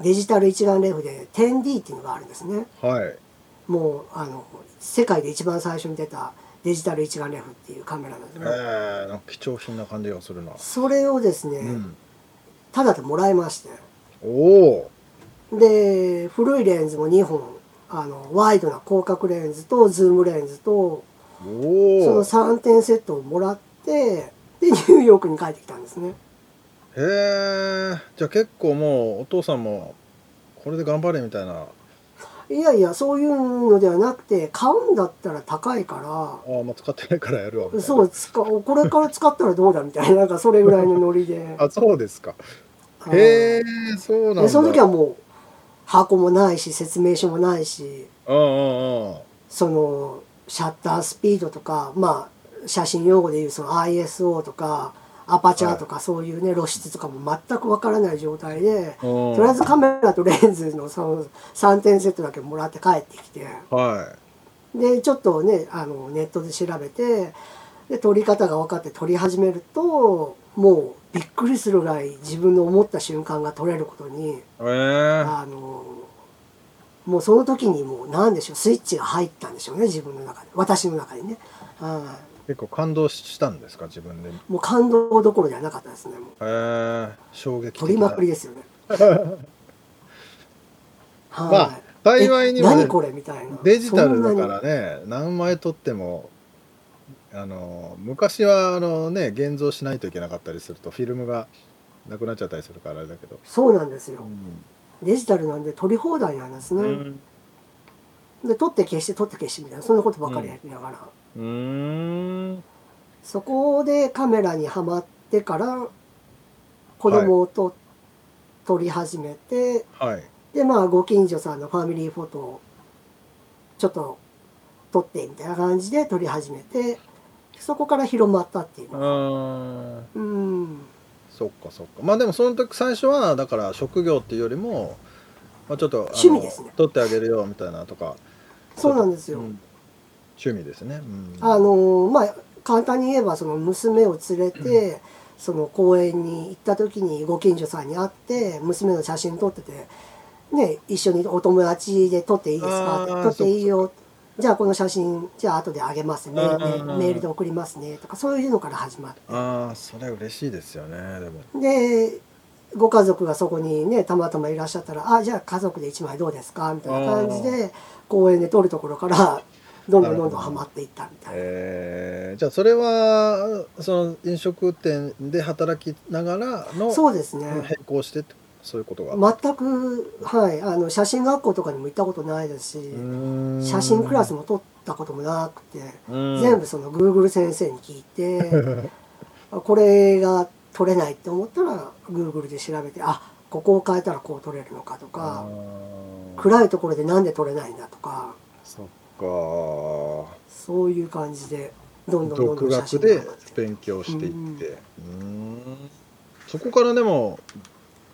E: デジタル一眼レフで 10D っていうのがあるんですね
C: はい
E: もうあの世界で一番最初に出たデジタル一眼レフっていうカメラなんです
C: え
E: ね、
C: ー、なんか貴重品な感じがするな、
E: それをですね、
C: うん、
E: ただでもらいまして
C: おお
E: で古いレンズも2本あのワイドな広角レンズとズームレンズと
C: お
E: その
C: お
E: 3点セットをもらってでニューヨークに帰ってきたんですね
C: へえじゃあ結構もうお父さんもこれで頑張れみたいない
E: やいやそういうのではなくて買うんだったら高いか
C: ああまあ使ってないからやるわみたいな
E: らそう使うこれから使ったらどうだみたいななんかそれぐらいのノリ で
C: あそうですか
E: はい
C: へえそうなんだ
E: でその時はもう箱もないし説明書もないし
C: うんうんうん
E: そのシャッタースピードとかまあ写真用語でいうその ISO とかアパチャーとかそういうね露出とかも全くわからない状態でと
C: と
E: りあえずカメラとレンズのその3点セットだけもらって帰ってきて
C: は
E: でちょっとねあのネットで調べてで撮り方が分かって撮り始めるともうびっくりするぐらい自分の思った瞬間が撮れることに
C: いへえ
E: あのもうその時にもう何でしょうスイッチが入ったんでしょうね自分の中で私の中にね、は
C: 結構感動したんですか自分でへ
E: いもう感動どころじゃなかったですねもう
C: え衝撃的な
E: 撮りまくりですよねはい、
C: まあ幸いにも
E: え
C: ね
E: 何これみたいな
C: デジタルだ
E: そん
C: か
E: な
C: ら
E: に
C: ね何枚撮ってもあの昔はあのね現像しないといけなかったりするとフィルムがなくなっちゃったりするからあれだけど、
E: そうなんです
C: う
E: よ
C: ん
E: デジタルなんで撮り放題なんですね、
C: うん
E: で撮って消して撮って消してみたいなそんなことばっかりやりながら、
C: うーん
E: そこでカメラにはまってから子供をと、撮り始めて
C: はい
E: でまあご近所さんのファミリーフォトをちょっと撮ってみたいな感じで撮り始めてそこから広まったっていう
C: う
E: の
C: ーん
E: うん
C: そっかそっかまあでもその時最初はだから職業っていうよりも、まあ、ちょっとあの
E: 趣味ですね
C: 取ってあげるよみたいなとか
E: そうなんですよ、
C: うん趣味ですね、うん、
E: あのまあ簡単に言えばその娘を連れてその公園に行った時にご近所さんに会って娘の写真撮ってて「ね一緒にお友達で撮っていいですか?」
C: あ
E: って
C: ー
E: 「撮っていいよ」じゃあこの写真じゃあ後であげますねメ
C: あ
E: ール
C: ー
E: メールで送りますねとかそういうのから始まって
C: あーそれ嬉しいですよねでも
E: でご家族がそこにねたまたまいらっしゃったら「あじゃあ家族で1枚どうですか?」みたいな感じで公園で撮るところからどんどんどんどんハマっていったみたいな。
C: えーじゃあそれはその飲食店で働きながらの
E: そうですね、
C: 変更してってそういうことが、
E: 全く、はい、あの写真学校とかにも行ったことないですし、
C: うーん
E: 写真クラスも取ったこともなくて、
C: うん
E: 全部その Google 先生に聞い てこれが取れないって思ったら Google で調べてあここを変えたらこう取れるのかと
C: あ
E: か
C: ー
E: 暗いところでなんで取れないんだとか
C: そっか
E: そういう感じでどんどんどんど
C: 独
E: ん写
C: 学
E: 真
C: で
E: が上がって
C: 勉強していってうーんそこからでも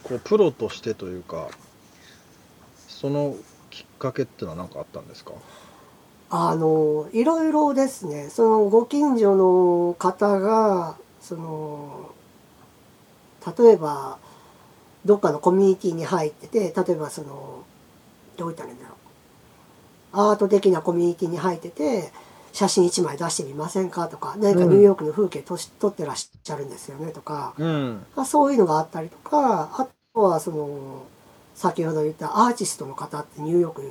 C: こうプロとしてというかそのきっかけっていうのは何かあったんですか
E: あのいろいろですねそのご近所の方がその例えばどっかのコミュニティに入ってて例えばそのどう言ったらいいんだろうアート的なコミュニティに入ってて写真1枚出してみませんかとか何かニューヨークの風景とし、撮ってらっしゃるんですよねとか、
C: うん
E: まあ、そういうのがあったりとかあとはその先ほど言ったアーティストの方ってニューヨーク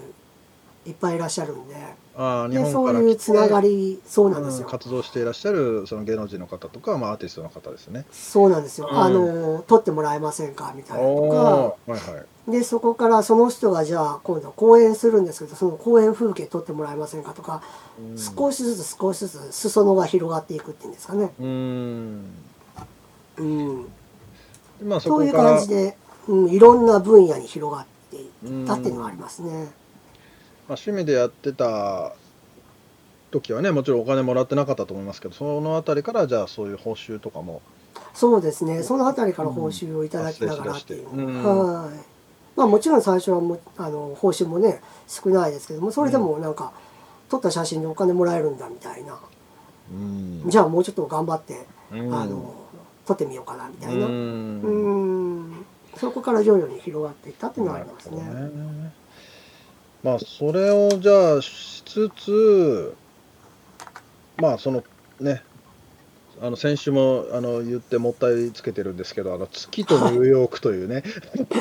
E: いっぱいいらっしゃるんで。
C: あー日
E: で
C: 本
E: そ
C: か
E: う
C: ら
E: いう
C: 来
E: つなが
C: て
E: りそうなんです
C: う
E: よ、
C: ん活動していらっしゃるその芸能人の方とか、まあ、アーティストの方ですね。
E: そうなんですよ、
C: うん
E: あの撮ってもらえませんかみたいなと
C: ーはいはい。
E: かでそこからその人がじゃあ今度公演するんですけどその公演風景撮ってもらえませんかとか、少しずつ少しずつ裾野が広がっていくっていうんですかね、
C: うん。
E: うん、
C: でまあそ
E: そうい
C: こ
E: う
C: か
E: 感
C: ら
E: じで、うん、いろんな分野に広がっていったっていうのがありますね、
C: まあ、趣味でやってた時はねもちろんお金もらってなかったと思いますけどそのあたりからじゃあそういう報酬とかも
E: そうですねそのあたりから報酬をいただきながらっていう、
C: うん
E: はいまあもちろん最初はもうあの報酬もね少ないですけどもそれでもなんか、撮った写真でお金もらえるんだみたいな
C: うん
E: じゃあもうちょっと頑張って、
C: うん
E: あの撮ってみようかなみたいうなうん
C: ん
E: んそこから徐々に広がっていったっていうのがあ
C: な
E: り
C: るほ
E: ます
C: ど
E: ね
C: ねまあそれをじゃあしつつまあそのねあの先週もあの言ってもったいつけてるんですけどあの月とニューヨークというね、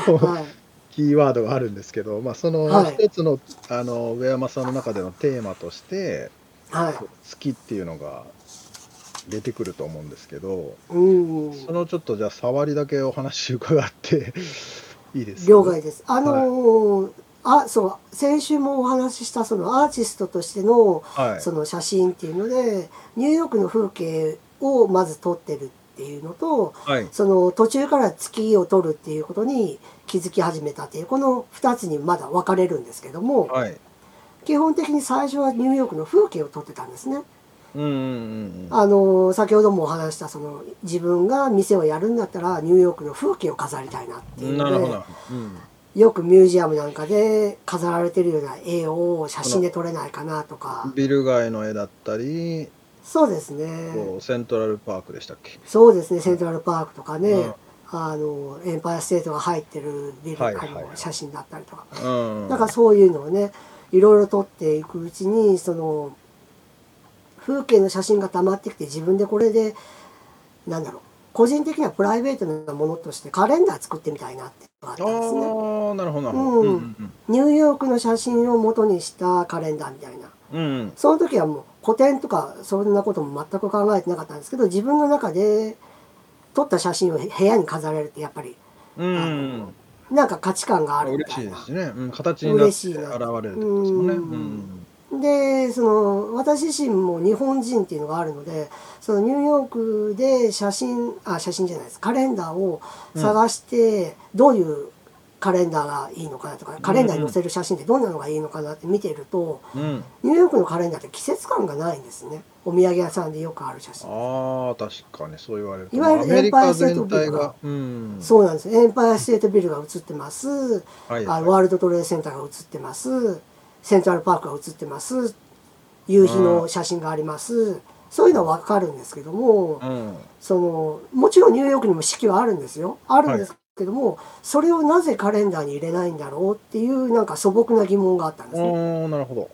E: はい
C: キーワードがあるんですけど、まあ、その
E: はい
C: 一つの,、あの上山さんの中でのテーマとして
E: はい
C: 月っていうのが出てくると思うんですけど
E: うん
C: そのちょっとじゃあ触りだけお話伺っていいです
E: 了解です。あのーあそう先週もお話ししたそのアーティストとしての
C: はい
E: その写真っていうのでニューヨークの風景をまず撮ってるっていうのと
C: はい
E: その途中から月を撮るっていうことに気づき始めたっていうこの2つにまだ分かれるんですけども
C: はい
E: 基本的に最初はニューヨークの風景を撮ってたんですね。
C: うんうんうん
E: あのー先ほどもお話ししたその自分が店をやるんだったらニューヨークの風景を飾りたいなっていううんの
C: な
E: で。
C: るほど、うん、
E: よくミュージアムなんかで飾られてるような絵を写真で撮れないかなとか
C: ビル街の絵だったり
E: そうです
C: こ
E: ね
C: うセントラルパークでしたっけ
E: そうですねセントラルパークとかね、
C: うん
E: あのエンパイアステートが入ってるビル
C: はい
E: あ
C: はいは
E: の
C: い
E: 写真だったりとか、
C: うん
E: なんかそういうのをねいろいろ撮っていくうちにその風景の写真が溜まってきて自分でこれでなんだろう個人的にはプライベートなものとしてカレンダー作ってみたいなっていうのがあった
C: あ
E: んですね。
C: ーなるほどなるほど
E: うん
C: うん
E: ニューヨークの写真を元にしたカレンダーみたいな
C: うんうん
E: その時はもう古典とかそんなことも全く考えてなかったんですけど自分の中で撮った写真を部屋に飾れるってやっぱり
C: うん
E: あ
C: うん
E: のなんか価値観があるみ
C: 嬉し
E: たい
C: い
E: な
C: で。すね、うん、形になって現れるってことですもんね、
E: う
C: うんん、
E: でその私自身も日本人っていうのがあるのでそのニューヨークで写真あ写真じゃないですカレンダーを探してどういうカレンダーがいいのかなとかカレンダーに載せる写真ってどんなのがいいのかなって見てると
C: うん、
E: ニューヨークのカレンダーって季節感がないんですねお土産屋さんでよくある写真
C: ああ確かにそう言われると
E: いわゆる
C: まあアメリ
E: エンパイ
C: カ
E: アステート
C: 全
E: ビル
C: 体
E: が
C: が、うん、
E: そうなんですエンパイアステートビルが映ってます
C: はい
E: あ
C: はい
E: ワールドトレードセンターが映ってますセントラルパークが映ってます夕日の写真がありますそういうのは分かるんですけども
C: うん、
E: そのもちろんニューヨークにも四季はあるんですよあるんですけども、それをなぜカレンダーに入れないんだろうっていうなんか素朴な疑問があったんですね。
C: おーなるほど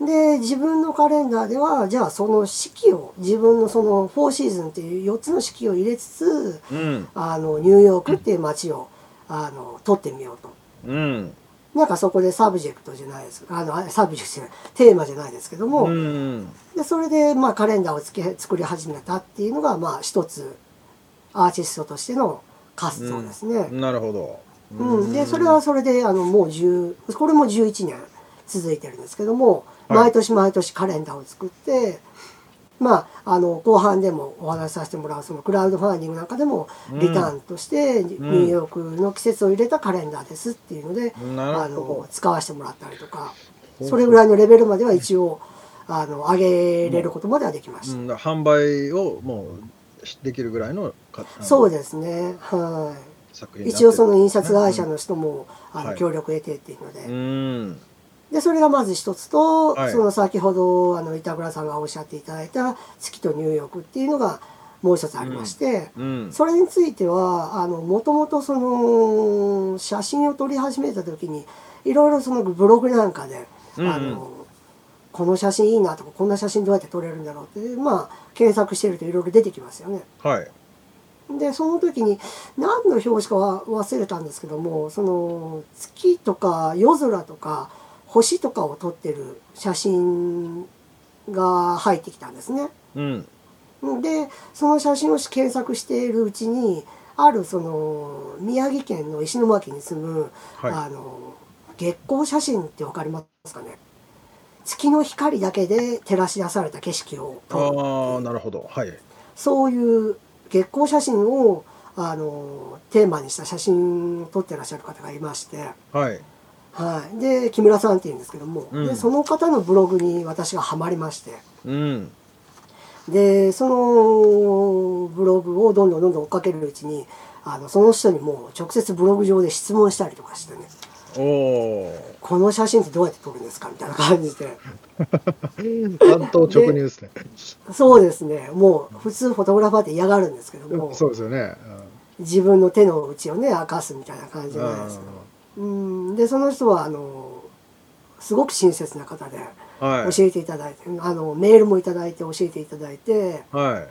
E: で自分のカレンダーではじゃあその四季を自分のその4シーズンっていう4つの四季を入れつつ
C: うん
E: あのニューヨークっていう街をあの撮ってみようと。
C: うん
E: なんかそこでサブジェクトじゃないですあのあサブジェクトじゃないテーマじゃないですけども、
C: うん
E: でそれでまあカレンダーをつけ作り始めたっていうのがまあ一つアーティストとしての活動ですね。うん
C: なるほど
E: でそれはそれであのもう10これも11年続いてるんですけども、
C: はい
E: 毎年毎年カレンダーを作って。まあ、あの後半でもお話しさせてもらうそのクラウドファンディングなんかでもリターンとしてニューヨークの季節を入れたカレンダーですっていうので、
C: な
E: あ
C: るほ
E: の使わせてもらったりとかそれぐらいのレベルまでは一応あの上げれることまではできま
C: ど、
E: し
C: うん、だから販売をもうしできるぐらいのかあ
E: た、
C: の
E: そうですねは
C: 作
E: い
C: 品になって
E: 一
C: る
E: 応その印刷会社の人も、あ
C: は
E: の
C: い
E: 協力得てっていうので,、
C: うん
E: でそれがまず一つと、
C: はい
E: その先ほどあの板倉さんがおっしゃっていただいた「月とニューヨーク」っていうのがもう一つありまして、
C: うん
E: それについてはもともとその写真を撮り始めた時にいろいろそのブログなんかで、
C: うんうん
E: あのこの写真いいなとかこんな写真どうやって撮れるんだろうってまあ検索してるといろいろ出てきますよね。
C: はい
E: でその時に何の表紙かは忘れたんですけどもその月とか夜空とか星とかを撮ってる写真が入ってきたんですね。
C: うん
E: でその写真を検索しているうちにあるその宮城県の石巻に住む、
C: はい
E: あの月光写真ってわかりますかね月の光だけで照らし出された景色を撮る
C: ああなるほどはい
E: そういう月光写真をあのテーマにした写真を撮ってらっしゃる方がいまして、
C: はい
E: はい、で木村さんっていうんですけども、
C: うん
E: でその方のブログに私がハマりまして。
C: うん
E: でそのブログをどんどんどんどん追っかけるうちにあのその人にもう直接ブログ上で質問したりとかしてね
C: おお
E: 「この写真ってどうやって撮るんですか?」みたいな感じで
C: 担当直入ですね
E: そうですねもう普通フォトグラファーって嫌がるんですけど も
C: そうですよね、
E: 自分の手の内をね明かすみたいな感じじゃないですか
C: う
E: うんでその人はあのすごく親切な方で
C: ん、はい
E: 教えていただいて、あのメールもいただいて教えていただいて
C: は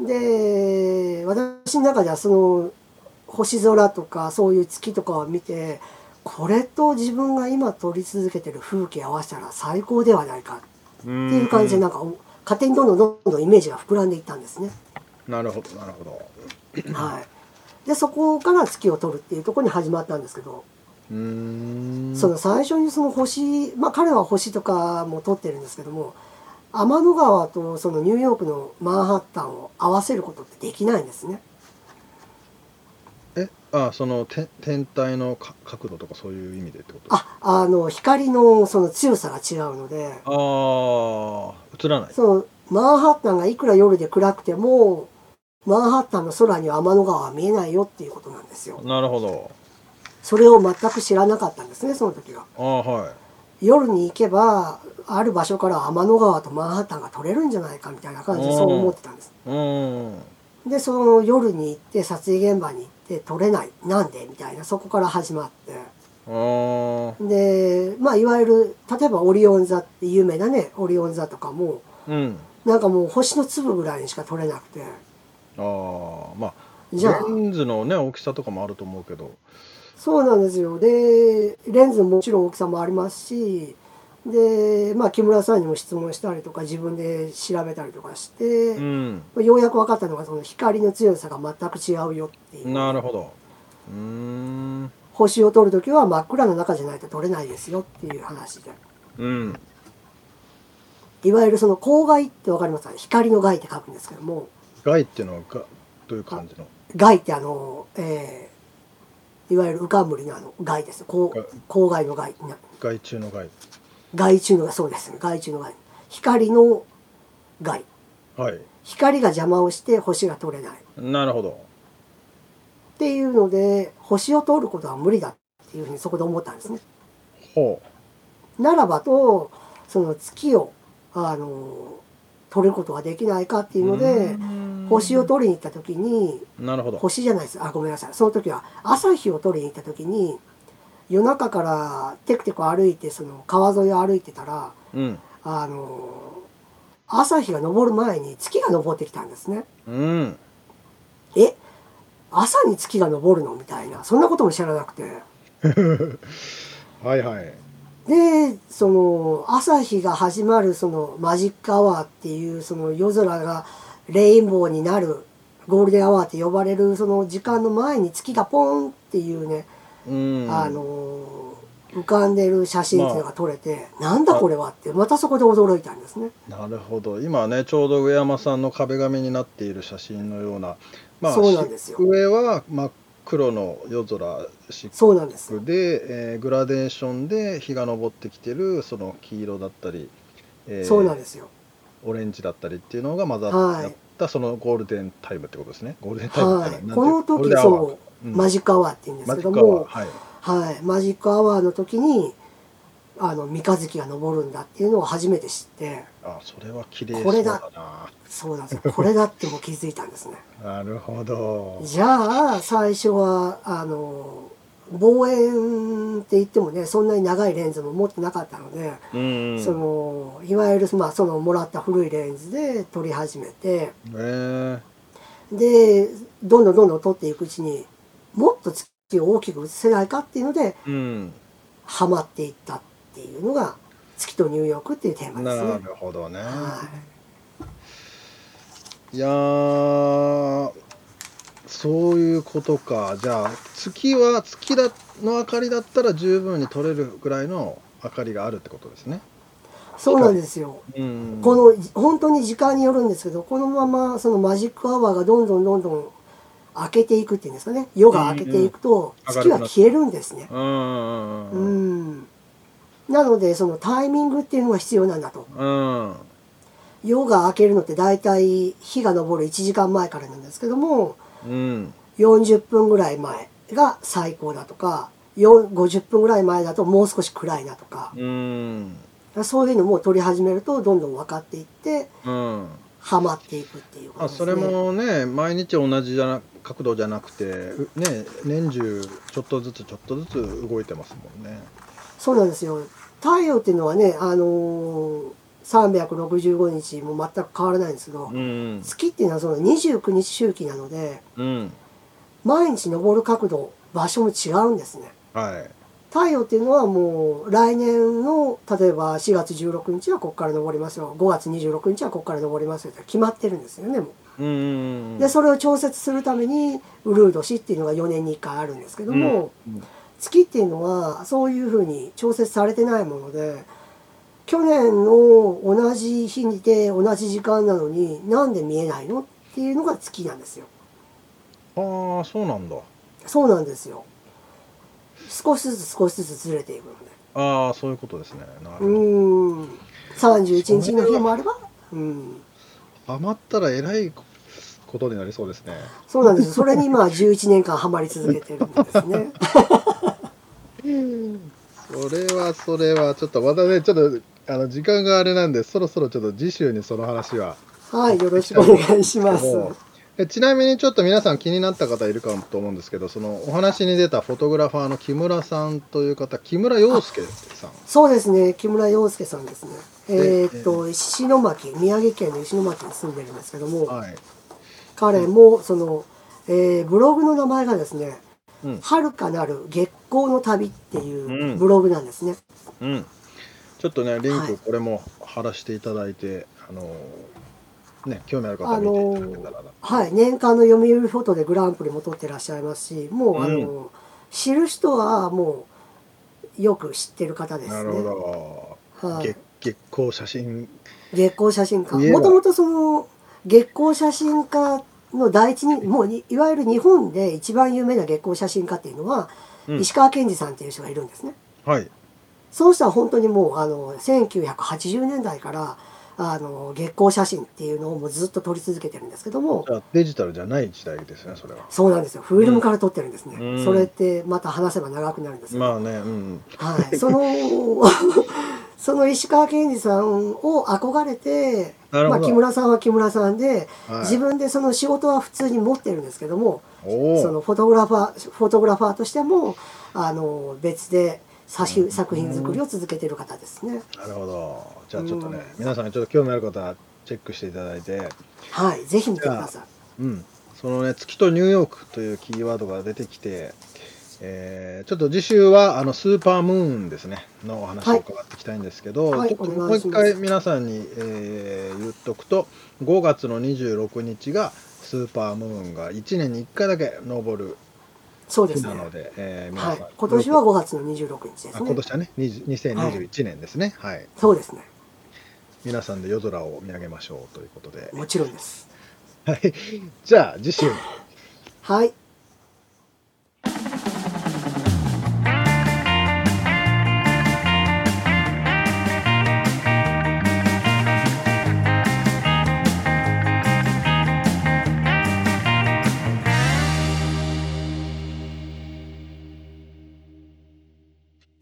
C: い
E: で私の中ではその星空とかそういう月とかを見てこれと自分が今撮り続けてる風景合わせたら最高ではないか
C: って
E: っていう感じでなんかお勝手にどんどんどんどんイメージが膨らんでいったんですね。
C: なるほどなるほど
E: はい、でそこから月を撮るっていうところに始まったんですけど、
C: うーん
E: その最初にその星、まあ、彼は星とかも撮ってるんですけども天の川とそのニューヨークのマンハッタンを合わせることってできないんですね。
C: えあそのて天体のか角度とかそういう意味でってことあ
E: あ、あの、光のその強さが違うので、
C: あー映らない
E: その、マンハッタンがいくら夜で暗くても、マンハッタンの空には天の川は見えないよっていうことなんですよ。
C: なるほど
E: それを全く知らなかったんですね、その時は。
C: ああはい
E: 夜に行けば、ある場所から天の川とマンハッタンが撮れるんじゃないかみたいな感じで
C: うん
E: そう思ってたんです。
C: うーん
E: で、その夜に行って、撮影現場に行って、撮れない。なんでみたいな、そこから始まって。
C: あー
E: で、まあ、いわゆる、例えばオリオン座って有名なね、オリオン座とかも、
C: うん
E: なんかもう星の粒ぐらいにしか取れなくて
C: ああまあ
E: じゃあ
C: レンズのね大きさとかもあると思うけど
E: そうなんですよでレンズももちろん大きさもありますしで、まあ、木村さんにも質問したりとか自分で調べたりとかして、
C: うん
E: ようやく分かったのがその光の強さが全く違うよっていう
C: なるほどうーん
E: 星を撮る時は真っ暗の中じゃないと撮れないですよっていう話で
C: うん
E: いわゆるその光害って分かりますか光の害って書くんですけども
C: 害っていうのはがどういう感じの
E: 害ってあの、えーいわゆる浮かんむりのあの害です公
C: が
E: 公害の害な
C: 害虫の害
E: 害虫のそうです害虫の害光の害
C: はい
E: 光が邪魔をして星が取れないっ
C: なるほど
E: ていうので星を取ることは無理だっていうふうにそこで思ったんですね。
C: ほ
E: ならばとその月をあの取ることはできないかって
C: う
E: いうので
C: うん
E: 星を取りに行った時に
C: なるほど
E: 星じゃないですあごめんなさいその時は朝日を取りに行った時に夜中からテクテク歩いてその川沿いを歩いてたら
C: うん
E: あの朝日が昇る前に月が昇ってきたんですね。
C: うん
E: え朝に月が昇るのみたいなそんなことも知らなくて。
C: はいはい
E: でその朝日が始まるそのマジックアワーっていうその夜空がレインボーになるゴールデンアワーって呼ばれるその時間の前に月がポンっていうね、
C: うん
E: あの浮かんでる写真っていうのが撮れて、なんだこれはってまたそこで驚いたんですね。
C: なるほど今ねちょうど上山さんの壁紙になっている写真のような
E: そうなんですよ
C: 上は真っ黒の夜空漆
E: そうなんですよ
C: 黒で、えーグラデーションで日が昇ってきてるその黄色だったり、えー
E: そうなんですよ。
C: オレンジだったりっていうのが混ざ
E: はい
C: ったそのゴールデンタイムってことですねゴールデンタイムってのは
E: は
C: なんて
E: い。
C: いう
E: こ
C: ゴ
E: の
C: ール
E: 時
C: デンアワー
E: そうう、
C: ん
E: マジックアワーって言うんです
C: マ
E: け
C: ジック
E: ど
C: アワ
E: も
C: ー、はい
E: はい、マジックアワーの時にあの三日月が昇るんだっていうのを初めて知って
C: あそれは綺麗そ
E: こ
C: う
E: れ
C: だ
E: だ
C: な
E: そうなんですよこれだってもう気づいたんですね
C: なるほど
E: じゃあ最初はあの望遠って言ってもねそんなに長いレンズも持ってなかったので、
C: うん
E: そのいわゆる、まあ、そのもらった古いレンズで撮り始めて
C: えー、
E: でどんどんどんどん撮っていくうちにもっと月を大きく映せないかっていうので
C: うん
E: ハマっていったっていうのが「月とニューヨーク」っていうテーマです
C: な
E: ね。
C: るほどね
E: はい
C: いやーそういうことかじゃあ月は月だの明かりだったら十分に取れるぐらいの明かりがあるってことですね
E: そうなんですよ。
C: うん
E: この本当に時間によるんですけど、このままそのマジックアワーがどんどんどんどん開けていくっていうんですかね。夜が明けていくと
C: うんうん
E: 月は消えるんですね。
C: うん
E: う
C: うん
E: ん。なのでそのタイミングっていうのが必要なんだと。
C: うんうん
E: 夜が明けるのって大体日が昇る1時間前からなんですけども、
C: うん
E: 40分ぐらい前が最高だとか、よん50分ぐらい前だともう少し暗いなとか、
C: うん
E: そういうのも取り始めるとどんどん分かっていって、
C: うん
E: ハマっていくっていうこと
C: あ
E: ですね。
C: それもね毎日同じじゃな角度じゃなくてうね年中ちょっとずつちょっとずつ動いてますもんね
E: そうなんですよ。太陽っていうのはね、あのー、365日も全く変わらないんですけど、
C: うん
E: 月っていうのはその29日周期なので、
C: うん
E: 毎日昇る角度、場所も違うんですね。
C: はい
E: 太陽っていうのはもう来年の例えば4月16日はここから昇りますよ5月26日はここから昇りますよって決まってるんですよねも
C: うんうんう
E: うんでそれを調節するためにウルー年っていうのが4年に1回あるんですけども、
C: うんうん
E: 月っていうのはそういうふうに調節されてないもので去年の同じ日にて同じ時間なのになんで見えないのっていうのが月なんですよ。
C: ああそうなんだ
E: そうなんですよ。少しずつ少しずつずれていくので。
C: ああそういうことですねなるほ
E: う
C: ど
E: ーん。31日の日もあれば、うん。
C: 余ったらえらいことになりそうですね
E: そうなんですよ。それにまあ11年間ハマり続けてるんですね。
C: それはそれはちょっとまたねちょっとあの時間があれなんでそろそろちょっと次週にその話は
E: はい、よろしくお願いします。
C: えちなみにちょっと皆さん気になった方いるかもと思うんですけどそのお話に出たフォトグラファーの木村さんという方木村洋介さん
E: そうですね、木村洋介さんですね。
C: で
E: えーっと、石巻、宮城県の石巻に住んでるんですけども、
C: はい
E: 彼も、その、えーブログの名前がですね、
C: うん
E: 遥かなる月光の旅ってい
C: うん
E: うブログなんですね。
C: うんちょっとねリン
E: は
C: ク
E: い
C: これも貼らせていただいて、あのーね興味ある方は
E: あ
C: 見て
E: の
C: いただけたらな、
E: ーはい、年間の読売フォトでグランプリも取ってらっしゃいますし、もう、あのー知る人はもうよく知ってる方ですね。
C: なるほど、
E: はい
C: 月月光写真
E: 月光写真家
C: 言えば
E: もともとその月光写真家の第一に、もういいわゆる日本で一番有名な月光写真家っていうのは、
C: うん
E: 石川健二さんっていう人がいるんですね。
C: はい。
E: その人は本当にもうあの1980年代からあの月光写真っていうのをもうずっと撮り続けてるんですけども
C: じゃあデジタルじゃない時代ですね、それは。
E: そうなんですよフィルムから撮ってるんですね、
C: うん
E: それってまた話せば長くなるんですけど
C: まあね、うん。
E: はい、その その石川健二さんを憧れて、
C: なるほ
E: まあ、
C: ど。
E: 木村さんは木村さんで、
C: はい
E: 自分でその仕事は普通に持ってるんですけども
C: おお
E: そのフォトグラファーフォトグラファーとしてもあの別で作品作品作りを続けてる方ですね。
C: なるほど。じゃあちょっとね、
E: うん
C: 皆さんちょっと興味ある方はチェックしていただいて、
E: はい、ぜひ見てください。
C: うん。そのね、月とニューヨークというキーワードが出てきて、えーちょっと次週はあのスーパームーンですねのお話を伺っていきたいんですけど、
E: はい
C: ちょっと
E: はいお
C: もう
E: 願いし
C: 一
E: ます
C: 回皆さんに、えー言っとくと5月の26日がスーパームーンが1年に1回だけ昇る
E: そうで
C: 日
E: す
C: な
E: ね。
C: ので、えー皆さ
E: は
C: ん、
E: い、今年は5月の26日で
C: あ
E: すね
C: 今。年はね20 2021年ですねはい、
E: そうですね。
C: 皆さんで夜空を見上げましょうということで
E: もちろんです。
C: はいじゃあ次週
E: はい、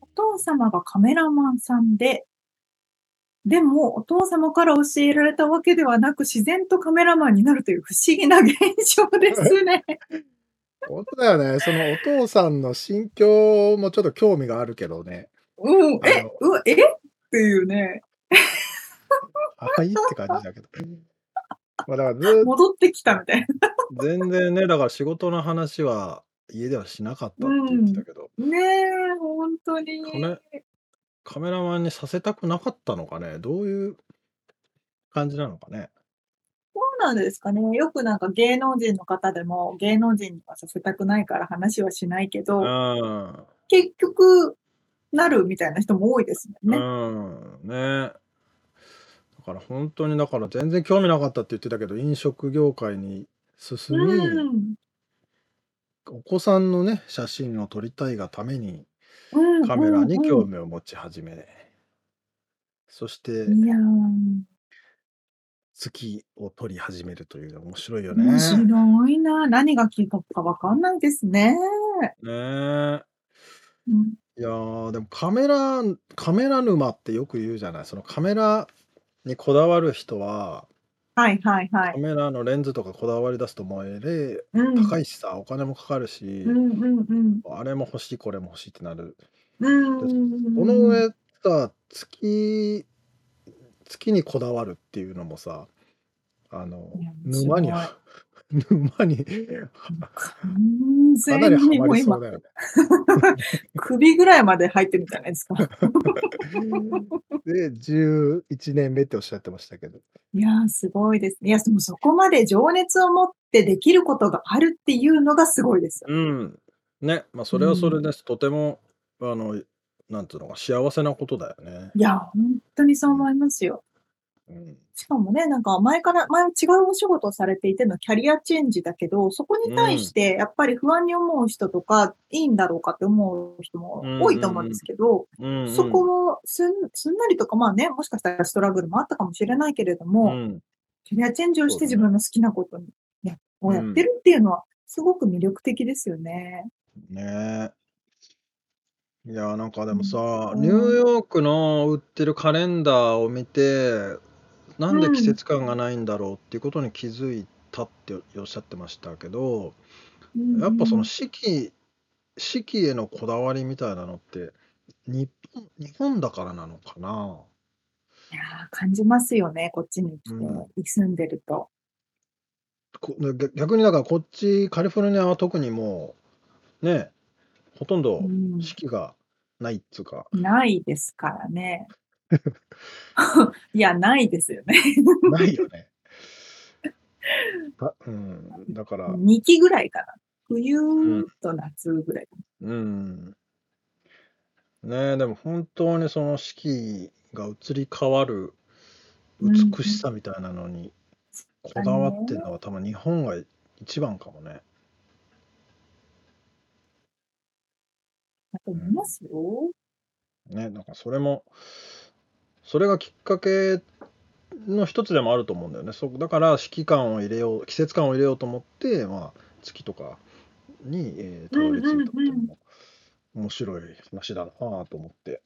D: お父様がカメラマンさんで、でも、お父様から教えられたわけではなく、自然とカメラマンになるという不思議な現象です ね。
F: 本当だよね。そのお父さんの心境もちょっと興味があるけどね。
D: うん、
F: あ
D: え
F: の、
D: うわ、えっていうね、
F: はいって感じだけど。まあだからずーっと
D: 戻ってきたみたい
C: 全然ねだから仕事の話は家ではしなかったって言ってたけど、
D: な。ねえ、本当に。
C: カメカメラマンにさせたくなかったのかねどういう感じなのかね
D: そうなんですかね。よくなんか芸能人の方でも、芸能人にはさせたくないから話はしないけ
C: う
D: ど、
C: ん
D: 結局、なるみたいな人も多いですも
C: うん
D: ね。
C: んねだから本当にだから全然興味なかったって言ってたけど飲食業界に進み、
D: うん。
C: お子さんのね写真を撮りたいがために
D: うん
C: カメラに
D: うん
C: 興
D: うん
C: 味を持ち始め、そして
D: いやー、
C: 月を撮り始めるという面白いよね。
D: 面白いな。何がきっかけかわかんないですね。
C: ねえ
D: うん
C: いやーでもカメラカメラ沼ってよく言うじゃないそのカメラにこだわる人は
D: はいはいは
C: カ
D: い。
C: メラのレンズとかこだわり出すともうえれ
D: うん
C: 高いしさお金もかかるし
D: う、んうんうん。
C: あれも欲しいこれも欲しいってなる。
D: うん。
C: この上さ月月にこだわるっていうのもさあの
D: いや
C: 沼に
D: 面
C: 沼に
D: 完
F: か
D: 全
F: なりハ
D: にも
F: マ
D: う
F: りそ
D: 今
F: う、だよね。
D: 首ぐらいまで入ってるじゃないですか。
F: で、11年目っておっしゃってましたけど。
D: いやー、すごいですね。いや、でもそこまで情熱を持ってできることがあるっていうのがすごいですよ。
C: うん。ね、まあ、それはそれです。とても、あの、なんていうのか、幸せなことだよね。
D: いやー、本当にそう思いますよ。
C: うん。
D: しかもね、なんか前から、前は違うお仕事をされていてのキャリアチェンジだけど、そこに対してやっぱり不安に思う人とか、いいんだろうかって思う人も多いと思うんですけど、
C: うんうん
D: そこもすんすんなりとか、まあね、もしかしたらストラグルもあったかもしれないけれど
C: う
D: も、
C: ん。
D: キャリアチェンジをして
C: そうだね
D: 自分の好きなことに、ね、をやってるっていうのは、すごく魅力的ですよね。
C: ねえ。いや、なんかでもさ、
D: うん
C: ニューヨークの売ってるカレンダーを見て、なんで季節感がないんだろうっていうことに気づいたっておっしゃってましたけど、やっぱその四季、四季へのこだわりみたいなのって、日本、日本だからなのかな。
D: いやー感じますよね、こっちに来て、
C: うん
D: 住んでると。
C: こ逆逆にだからこっちカリフォルニアは特にもうねほとんど
D: うん
C: 四季がないっつうか、
D: ないですから ね。いや、ないですよね。
C: ないよね。だうん、だから、
D: 2期ぐらいかな。冬と夏ぐらい。
C: うん。ねえでも本当にその四季が移り変わる美しさみたいなのにこだわってるのは多分日本が一番かもね。
D: だと思いますよ。
C: ね、なんかそれも、それがきっかけの一つでもあると思うんだよね。そだから、四季感を入れよう、季節感を入れようと思って、まあ、月とかに、えー、たどり着いたこと
D: うんうん
C: も、面白い話だなぁと思って。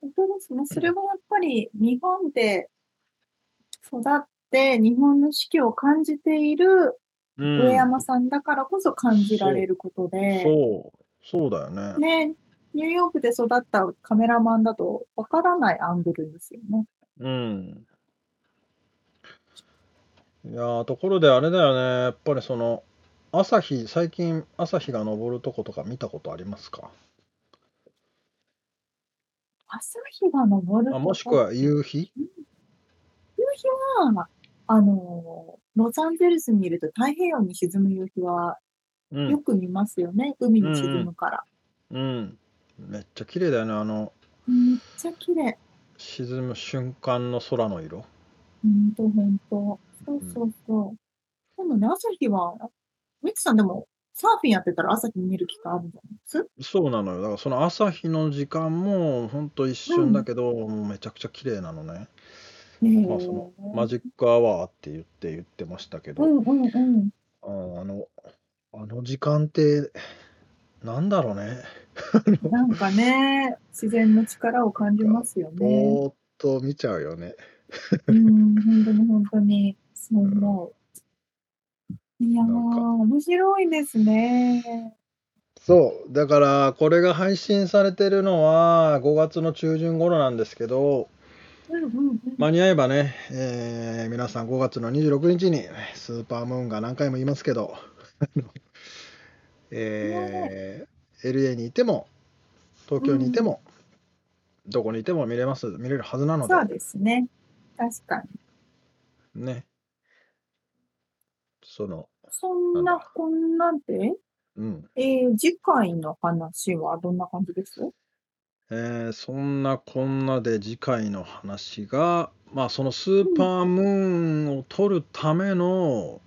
D: 本当ですね。それはやっぱり日本で育って、日本の四季を感じている
C: うん
D: 上山さんだからこそ感じられることで、
C: そう、そうだよね。
D: ね、ニューヨークで育ったカメラマンだとわからないアングルですよね。
C: うん。いやーところであれだよね、やっぱりその、朝日、最近朝日が昇るとことか見たことありますか
D: 朝日が昇る
C: あ
D: と
C: もしくは夕日
D: 夕日は、あの、ロサンゼルスにいると太平洋に沈む夕日は
C: う
D: よ
C: ん。
D: く見ますよね。海に沈むから。
C: うん。めっちゃ綺麗だよね、あの、
D: めっちゃ綺麗。
C: 沈む瞬間の空の色。
D: ほんとほんと。そうそうそう。でもね、朝日は、ミツさんでもサーフィンやってたら朝日見る機会あるんじゃないです
C: そうなのよ。だからその朝日の時間も、ほんと一瞬だけど、もうめちゃくちゃ綺麗なのね。まあその
D: へえ
C: マジックアワーって言って言ってましたけど
D: う。んうんうん。
C: あーあの、あの時間って、なんだろうね。
D: なんかね、自然の力を感じますよね。
F: ぼーっと見ちゃうよね。
D: うん、本当に本当に、そう思う。いやー、
F: なんか
D: 面白いですね。
C: そう、だから、これが配信されてるのは、5月の中旬頃なんですけど、
D: うんうんうん。
C: 間に合えばね、えー皆さん5月の26日に、スーパームーンが何回も言いますけど、 えー LA にいても、東京にいても、どこにいても見れます、見れるはずなので
D: そう、ですね。確かに。
C: ね。その、
D: そん
C: な
D: なん
C: だ
D: こんなんで、
C: うん。
D: えー、次回の話はどんな感じです
C: えーそんなこんなで次回の話が、まあ、そのスーパームーンを撮るための、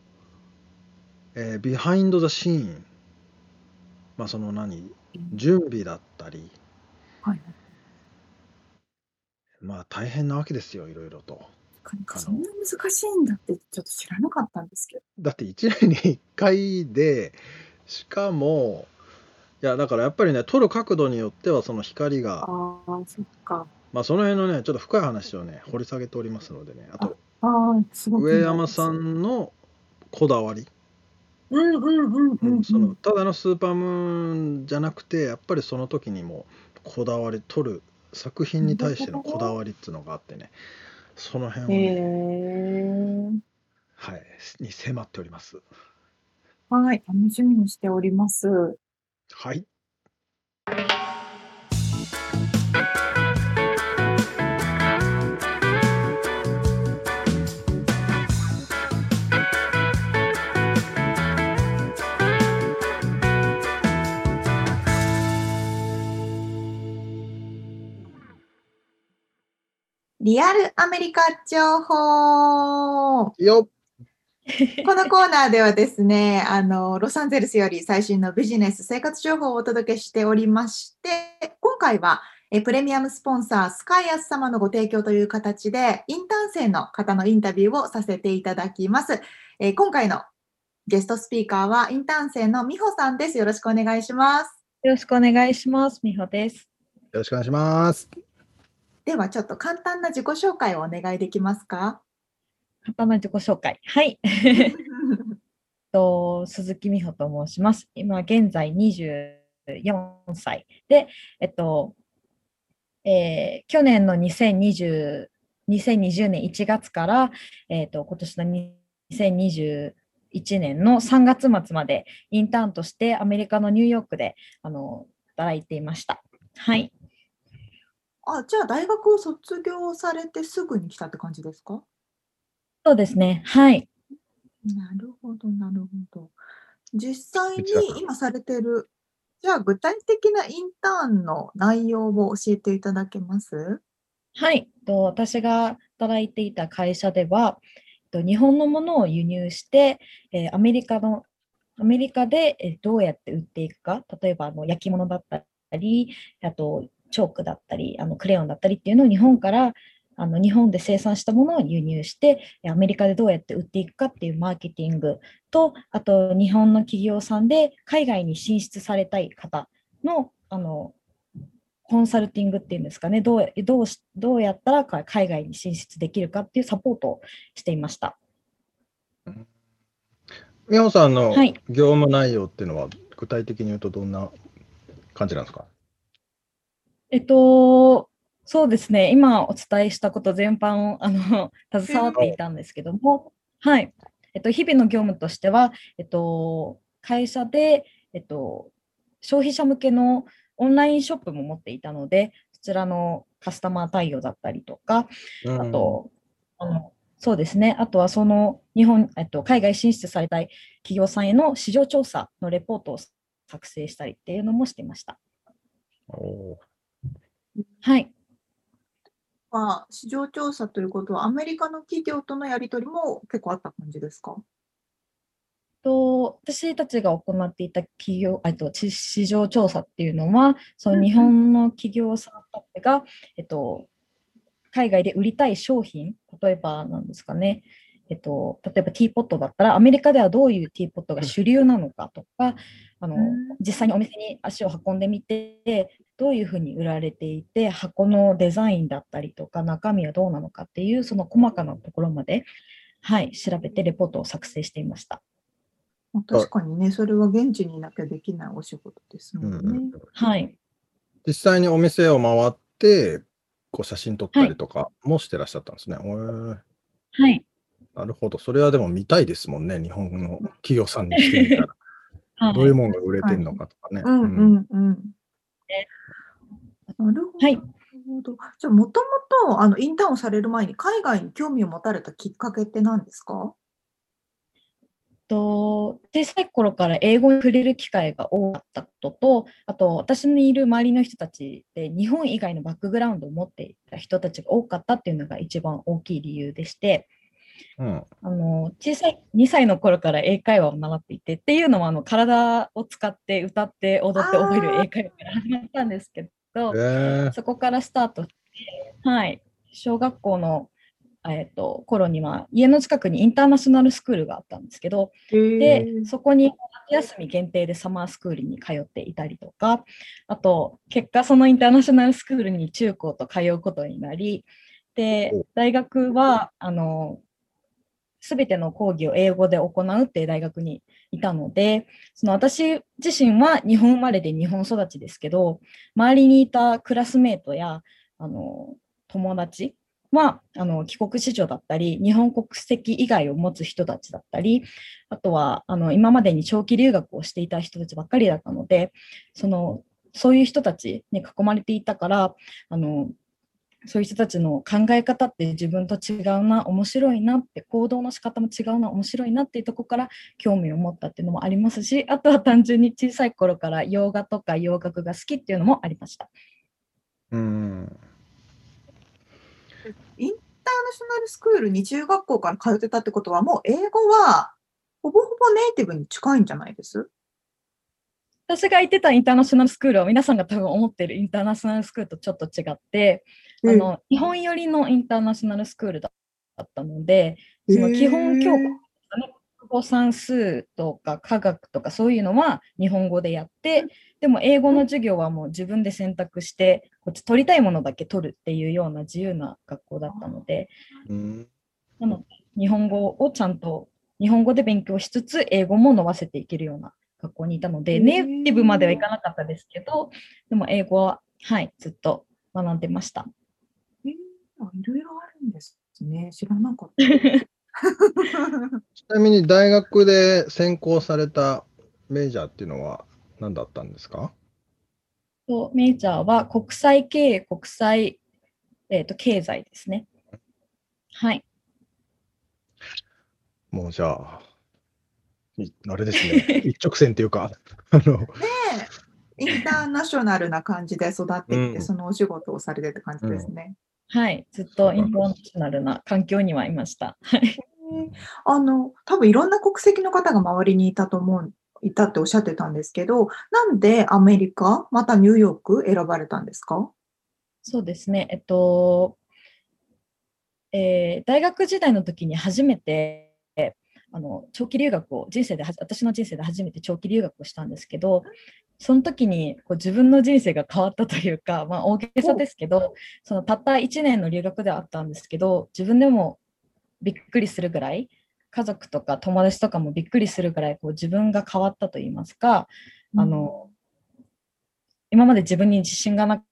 C: えービハインド・ザ・シーン、まあ、その何、準備だったり、
D: はい。
C: まあ、大変なわけですよ、いろいろと。
D: かそんな難しいんだってちょっと知らなかったんですけど。
C: だって1年に1回で、しかも、いや、だからやっぱりね、撮る角度によっては、その光が、
D: ああ、そっか。
C: まあ、その辺のね、ちょっと深い話をね、掘り下げておりますのでね、あと、
D: ああ、すごく。
C: 上山さ。んのこだわり、
D: うんうんうんうん、うん。
C: そのただのスーパームーンじゃなくてやっぱりその時にもこだわり取る作品に対してのこだわりっていうのがあってねその辺を
D: へえ
C: ね、はい、に迫っております
D: はい、楽しみにしております。
C: はい
A: リアルアメリカ情報
F: よっ
A: このコーナーではですね、あの、ロサンゼルスより最新のビジネス生活情報をお届けしておりまして、今回はえプレミアムスポンサースカイアス様のご提供という形で、インターン生の方のインタビューをさせていただきます。えー今回のゲストスピーカーはインターン生の美穂さんです。よろしくお願いします。
G: よろしくお願いします。みほです。
F: よろしくお願いします。
A: ではちょっと簡単な自己紹介をお願いできますか
G: 簡単な自己紹介。はい。 えっと鈴木美穂と申します。今現在24歳で、えっと、えー去年の2020 2020年1月から、えっと今年の2021年の3月末までインターンとしてアメリカのニューヨークであの働いていました。はい。
A: あ、じゃあ大学を卒業されてすぐに来たって感じですか
G: そうですね。はい。
A: なるほど、なるほど。実際に
F: 内田さん
A: 今されてる、じゃあ具体的なインターンの内容を教えていただけます
G: はい、と私が働いていた会社では、と、日本のものを輸入して、えーアメリカのアメリカで、えーどうやって売っていくか、例えばあの焼き物だったり、あとチョークだったり、あのクレヨンだったりっていうのを日本からあの日本で生産したものを輸入して、えーアメリカでどうやって売っていくかっていうマーケティングと、あと日本の企業さんで海外に進出されたい方のあのコンサルティングっていうんですかね、どうどうしどうやったらか海外に進出できるかっていうサポートをしていました。
C: 美穂さんの
G: はい
C: 業務内容っていうのは、具体的に言うとどんな感じなんですか
G: えっと、そうですね、今お伝えしたこと全般をあ の携わっていたんですけども、はい、えっと、日々の業務としては、えっと、会社で、えっと、消費者向けのオンラインショップも持っていたので、そちらのカスタマー対応だったりとか、あと、あのそうですね、あとはその日本、えっと、海外進出されたい企業さんへの市場調査のレポートを作成したりっていうのもしていました。
C: うんおー
G: はい
H: まあ、市場調査ということは、アメリカの企業とのやり取りも結構あった感じですか
G: と私たちが行っていた企業あとち市場調査っていうのはその日本の企業さんたちが、えっと、海外で売りたい商品例えばなんですかねえっと、例えばティーポットだったらアメリカではどういうティーポットが主流なのかとかあの
H: うん
G: 実際にお店に足を運んでみてどういうふうに売られていて箱のデザインだったりとか中身はどうなのかっていうその細かなところまで、はい、調べてレポートを作成していました。
H: まあ確かにね、それは現地にいなきゃできないお仕事ですもんね。
C: うんうん
G: はい、
C: 実際にお店を回って、こう写真撮ったりとかもしてらっしゃったんですね。おー
G: はい、
C: なるほど。それはでも見たいですもんね。日本の企業さんにしてみ たら。どういうものが売れてるのかとかね。
H: うん
C: う
H: う
C: ん
H: んうん。なるほど。
G: はい
H: じゃあ、もともとあのインターンをされる前に海外に興味を持たれたきっかけって何ですか
G: と小さい頃から英語に触れる機会が多かったことと、あと私のいる周りの人たちで日本以外のバックグラウンドを持っていた人たちが多かったっていうのが一番大きい理由でして、
C: うん
G: あの小さい2歳の頃から英会話を習っていてっていうのはあの体を使って歌って踊って覚える英会話から始まったんですけど
C: へ、ー
G: そこからスタートして、はい、小学校の、えっと頃には家の近くにインターナショナルスクールがあったんですけど、で、そこに夏休み限定でサマースクールに通っていたりとか、あと、結果、そのインターナショナルスクールに中高と通うことになり、で
C: お、
G: 大学は、あの、すべての講義を英語で行うっていう大学にいたので、その私自身は日本生まれで日本育ちですけど、周りにいたクラスメートやあの友達はあの帰国子女だったり、日本国籍以外を持つ人たちだったり、あとはあの今までに長期留学をしていた人たちばっかりだったので、そのそういう人たちに囲まれていたから、あのそういう人たちの考え方って自分と違うな、面白いなって、行動の仕方も違うな、面白いなっていうところから興味を持ったっていうのもありますし、あとは単純に小さい頃から洋画とか洋楽が好きっていうのもありました。
C: うん
H: インターナショナルスクールに中学校から通ってたってことは、もう英語はほぼほぼネイティブに近いんじゃないです
G: 私が行ってたインターナショナルスクールは皆さんが多分思ってるインターナショナルスクールとちょっと違って、あの日本寄りのインターナショナルスクールだったので、その基本教科
H: へー
G: 国語算数とか科学とかそういうのは日本語でやって、でも英語の授業はもう自分で選択して、こっち取りたいものだけ取るっていうような自由な学校だったので、
C: うん
G: なので日本語をちゃんと日本語で勉強しつつ英語も伸ばせていけるような学校にいたの
H: へ
G: で
H: ー
G: ネイティブまではいかなかったですけどでも英語ははいずっと学んでました。
H: えーあいろいろあるんですね。知らなか った。
C: ちなみに大学で専攻されたメジャーっていうのは何だったんですか
G: とメイジャーは国際経営国際、えー、と経済ですね。はい。
C: もうじゃあ、いあれで すね、一直線っていうか、あの、
H: ねえインターナショナルな感じで育ってきて、
C: うん
H: そのお仕事をされてって感じですね。
G: はい、ずっ
C: そう
G: と
C: なん
G: イ
C: です
G: ンターナショナルな環境にはいました。はい
H: あの、多分いろんな国籍の方が周りにいたと思う、いたっておっしゃってたんですけど、なんでアメリカ、またニューヨーク選ばれたんですか
G: そうですね、えっと、えー大学時代の時に初めて、あの長期留学を人生では私の人生で初めて長期留学をしたんですけどその時にこう自分の人生が変わったというか、まあ、大げさですけどそのたった1年の留学ではあったんですけど自分でもびっくりするぐらい家族とか友達とかもびっくりするぐらいこう自分が変わったと言いますか、あの今まで自分に自信がな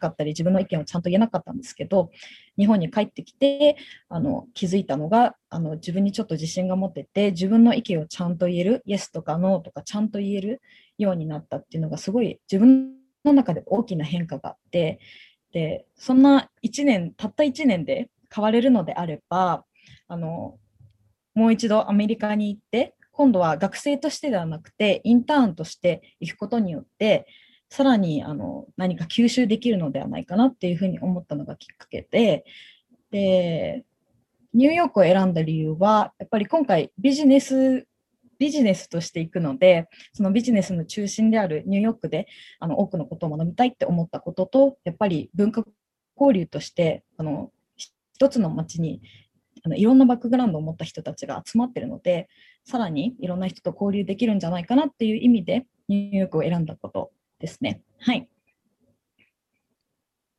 G: かったり自分の意見をちゃんと言えなかったんですけど日本に帰ってきてあの気づいたのがあの自分にちょっと自信が持てて自分の意見をちゃんと言えるイエスとかノーとかちゃんと言えるようになったっていうのがすごい自分の中で大きな変化があってでそんな1年たった1年で変われるのであればあのもう一度アメリカに行って今度は学生としてではなくてインターンとして行くことによってさらにあの何か吸収できるのではないかなっていうふうに思ったのがきっかけででニューヨークを選んだ理由はやっぱり今回ビジネスビジネスとして行くのでそのビジネスの中心であるニューヨークであの多くのことを学びたいって思ったこととやっぱり文化交流としてあの一つの街にあのいろんなバックグラウンドを持った人たちが集まってるのでさらにいろんな人と交流できるんじゃないかなっていう意味でニューヨークを選んだことですね。はい、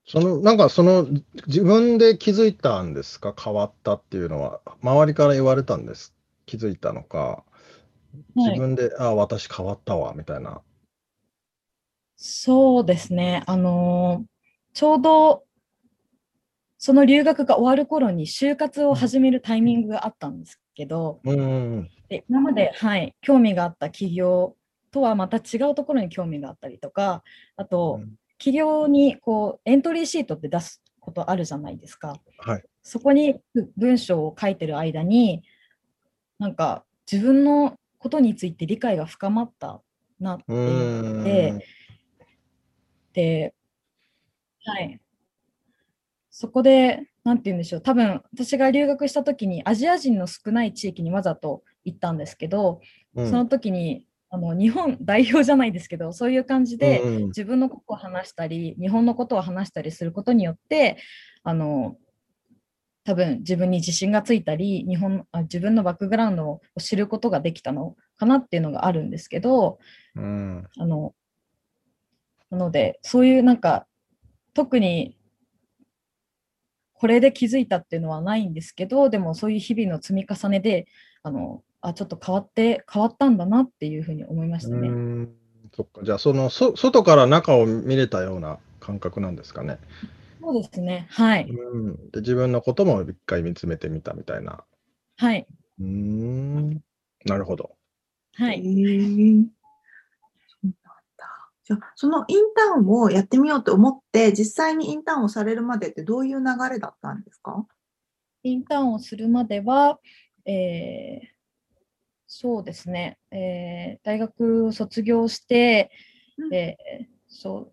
C: その、なんかその、自分で気づいたんですか変わったっていうのは、周りから言われたんです。気づいたのか、自分で、ああ、私変わったわ、みたいな。
G: そうですね。あのーちょうどその留学が終わる頃に就活を始めるタイミングがあったんですけど、
C: うんうん
G: で今まで、はい、興味があった企業とはまた違うところに興味があったりとか、あと
C: うん、
G: 企業にこうエントリーシートって出すことあるじゃないですか。
C: はい
G: そこに文章を書いてる間に、なんか自分のことについて理解が深まったなって
C: う
G: いうの
C: ん。
G: で、で、はい。そこで、なんて言うんでしょう、多分私が留学した時に、アジア人の少ない地域にわざと行ったんですけど、
C: うん、
G: その時にあの日本代表じゃないですけど、そういう感じで、
C: うんうん
G: 自分のことを話したり、日本のことを話したりすることによって、あの多分自分に自信がついたり日本あ、自分のバックグラウンドを知ることができたのかなっていうのがあるんですけど、
C: うん
G: あの、なので、そういうなんか、特にこれで気づいたっていうのはないんですけど、でもそういう日々の積み重ねで、あの、あ、ちょっと変わって、変わったんだなっていうふうに思いまし
C: う
G: たね。
C: んそっか、じゃあ、そのそ外から中を見れたような感覚なんですかね。
G: そうですね。はい。
C: うん、で自分のことも一回見つめてみたみたいな。
G: はい。
C: うーん、なるほど。
G: は
H: え
G: い。
H: ーそうなんだじゃあそのインターンをやってみようと思って、実際にインターンをされるまでってどういう流れだったんですか
G: インターンをするまでは、えーそうですね、えー大学を卒業して、
H: うん
G: でそう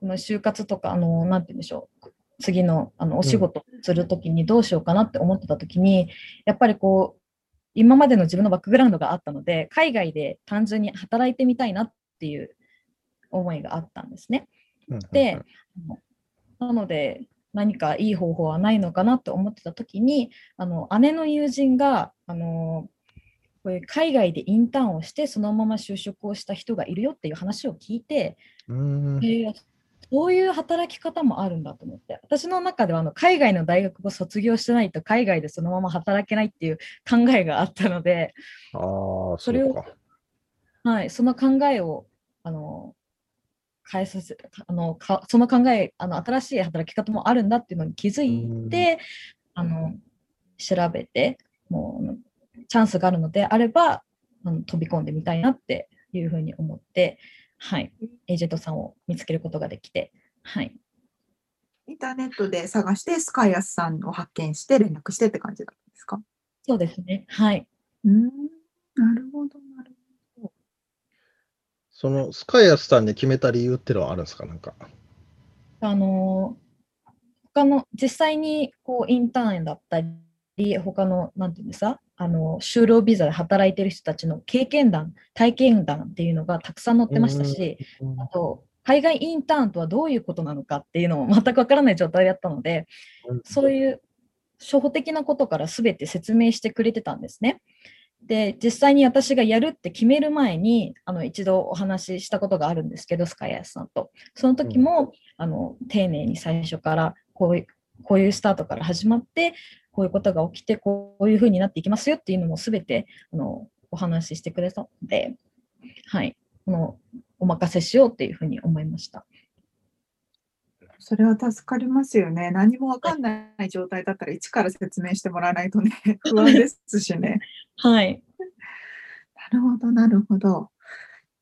G: この就活とか、あのなんて言うんでしょう、次のあのお仕事をするときにどうしようかなって思ってたときに、やっぱりこう、今までの自分のバックグラウンドがあったので、海外で単純に働いてみたいなっていう思いがあったんですね。
C: うん
G: で、あのなので何かいい方法はないのかなと思ってた時にあの姉の友人があのこういう海外でインターンをしてそのまま就職をした人がいるよっていう話を聞いて、
C: うんうん
G: えーそういう働き方もあるんだと思って私の中ではあの海外の大学を卒業してないと海外でそのまま働けないっていう考えがあったので、
C: ああ、そ
G: それ
C: う
G: を
C: か。
G: はい、その考えをあの変えさせあのかその考えあの新しい働き方もあるんだっていうのに気づいて、あの調べてもうあのチャンスがあるのであればあの飛び込んでみたいなっていうふうに思って、はい、エージェントさんを見つけることができて、はい、
H: インターネットで探して、スカイアスさんを発見して連絡してって感じだったんですか
G: そうですね、はい、
H: うん、なるほど、なるほど。
C: そのスカイアスさんに決めた理由ってのはあるんですかなんか。
G: あの他の実際にこうインターンだったり他のなんていうんですかあの就労ビザで働いてる人たちの経験談、体験談っていうのがたくさん載ってましたし、あと海外インターンとはどういうことなのかっていうのも全くわからない状態だったので、そういう初歩的なことから全て説明してくれてたんですね。で、実際に私がやるって決める前に、あの一度お話ししたことがあるんですけど、スカイアイスさんと。その時も、あの丁寧に最初からこういう、こういうスタートから始まって、こういうことが起きて、こういうふうになっていきますよっていうのも全てあのお話ししてくれたので、はい、このお任せしようっていうふうに思いました。
D: それは助かりますよね。何もわかんない状態だったら、一から説明してもらわないとね、 不安ですしね。
G: はい。
D: なるほど、なるほど。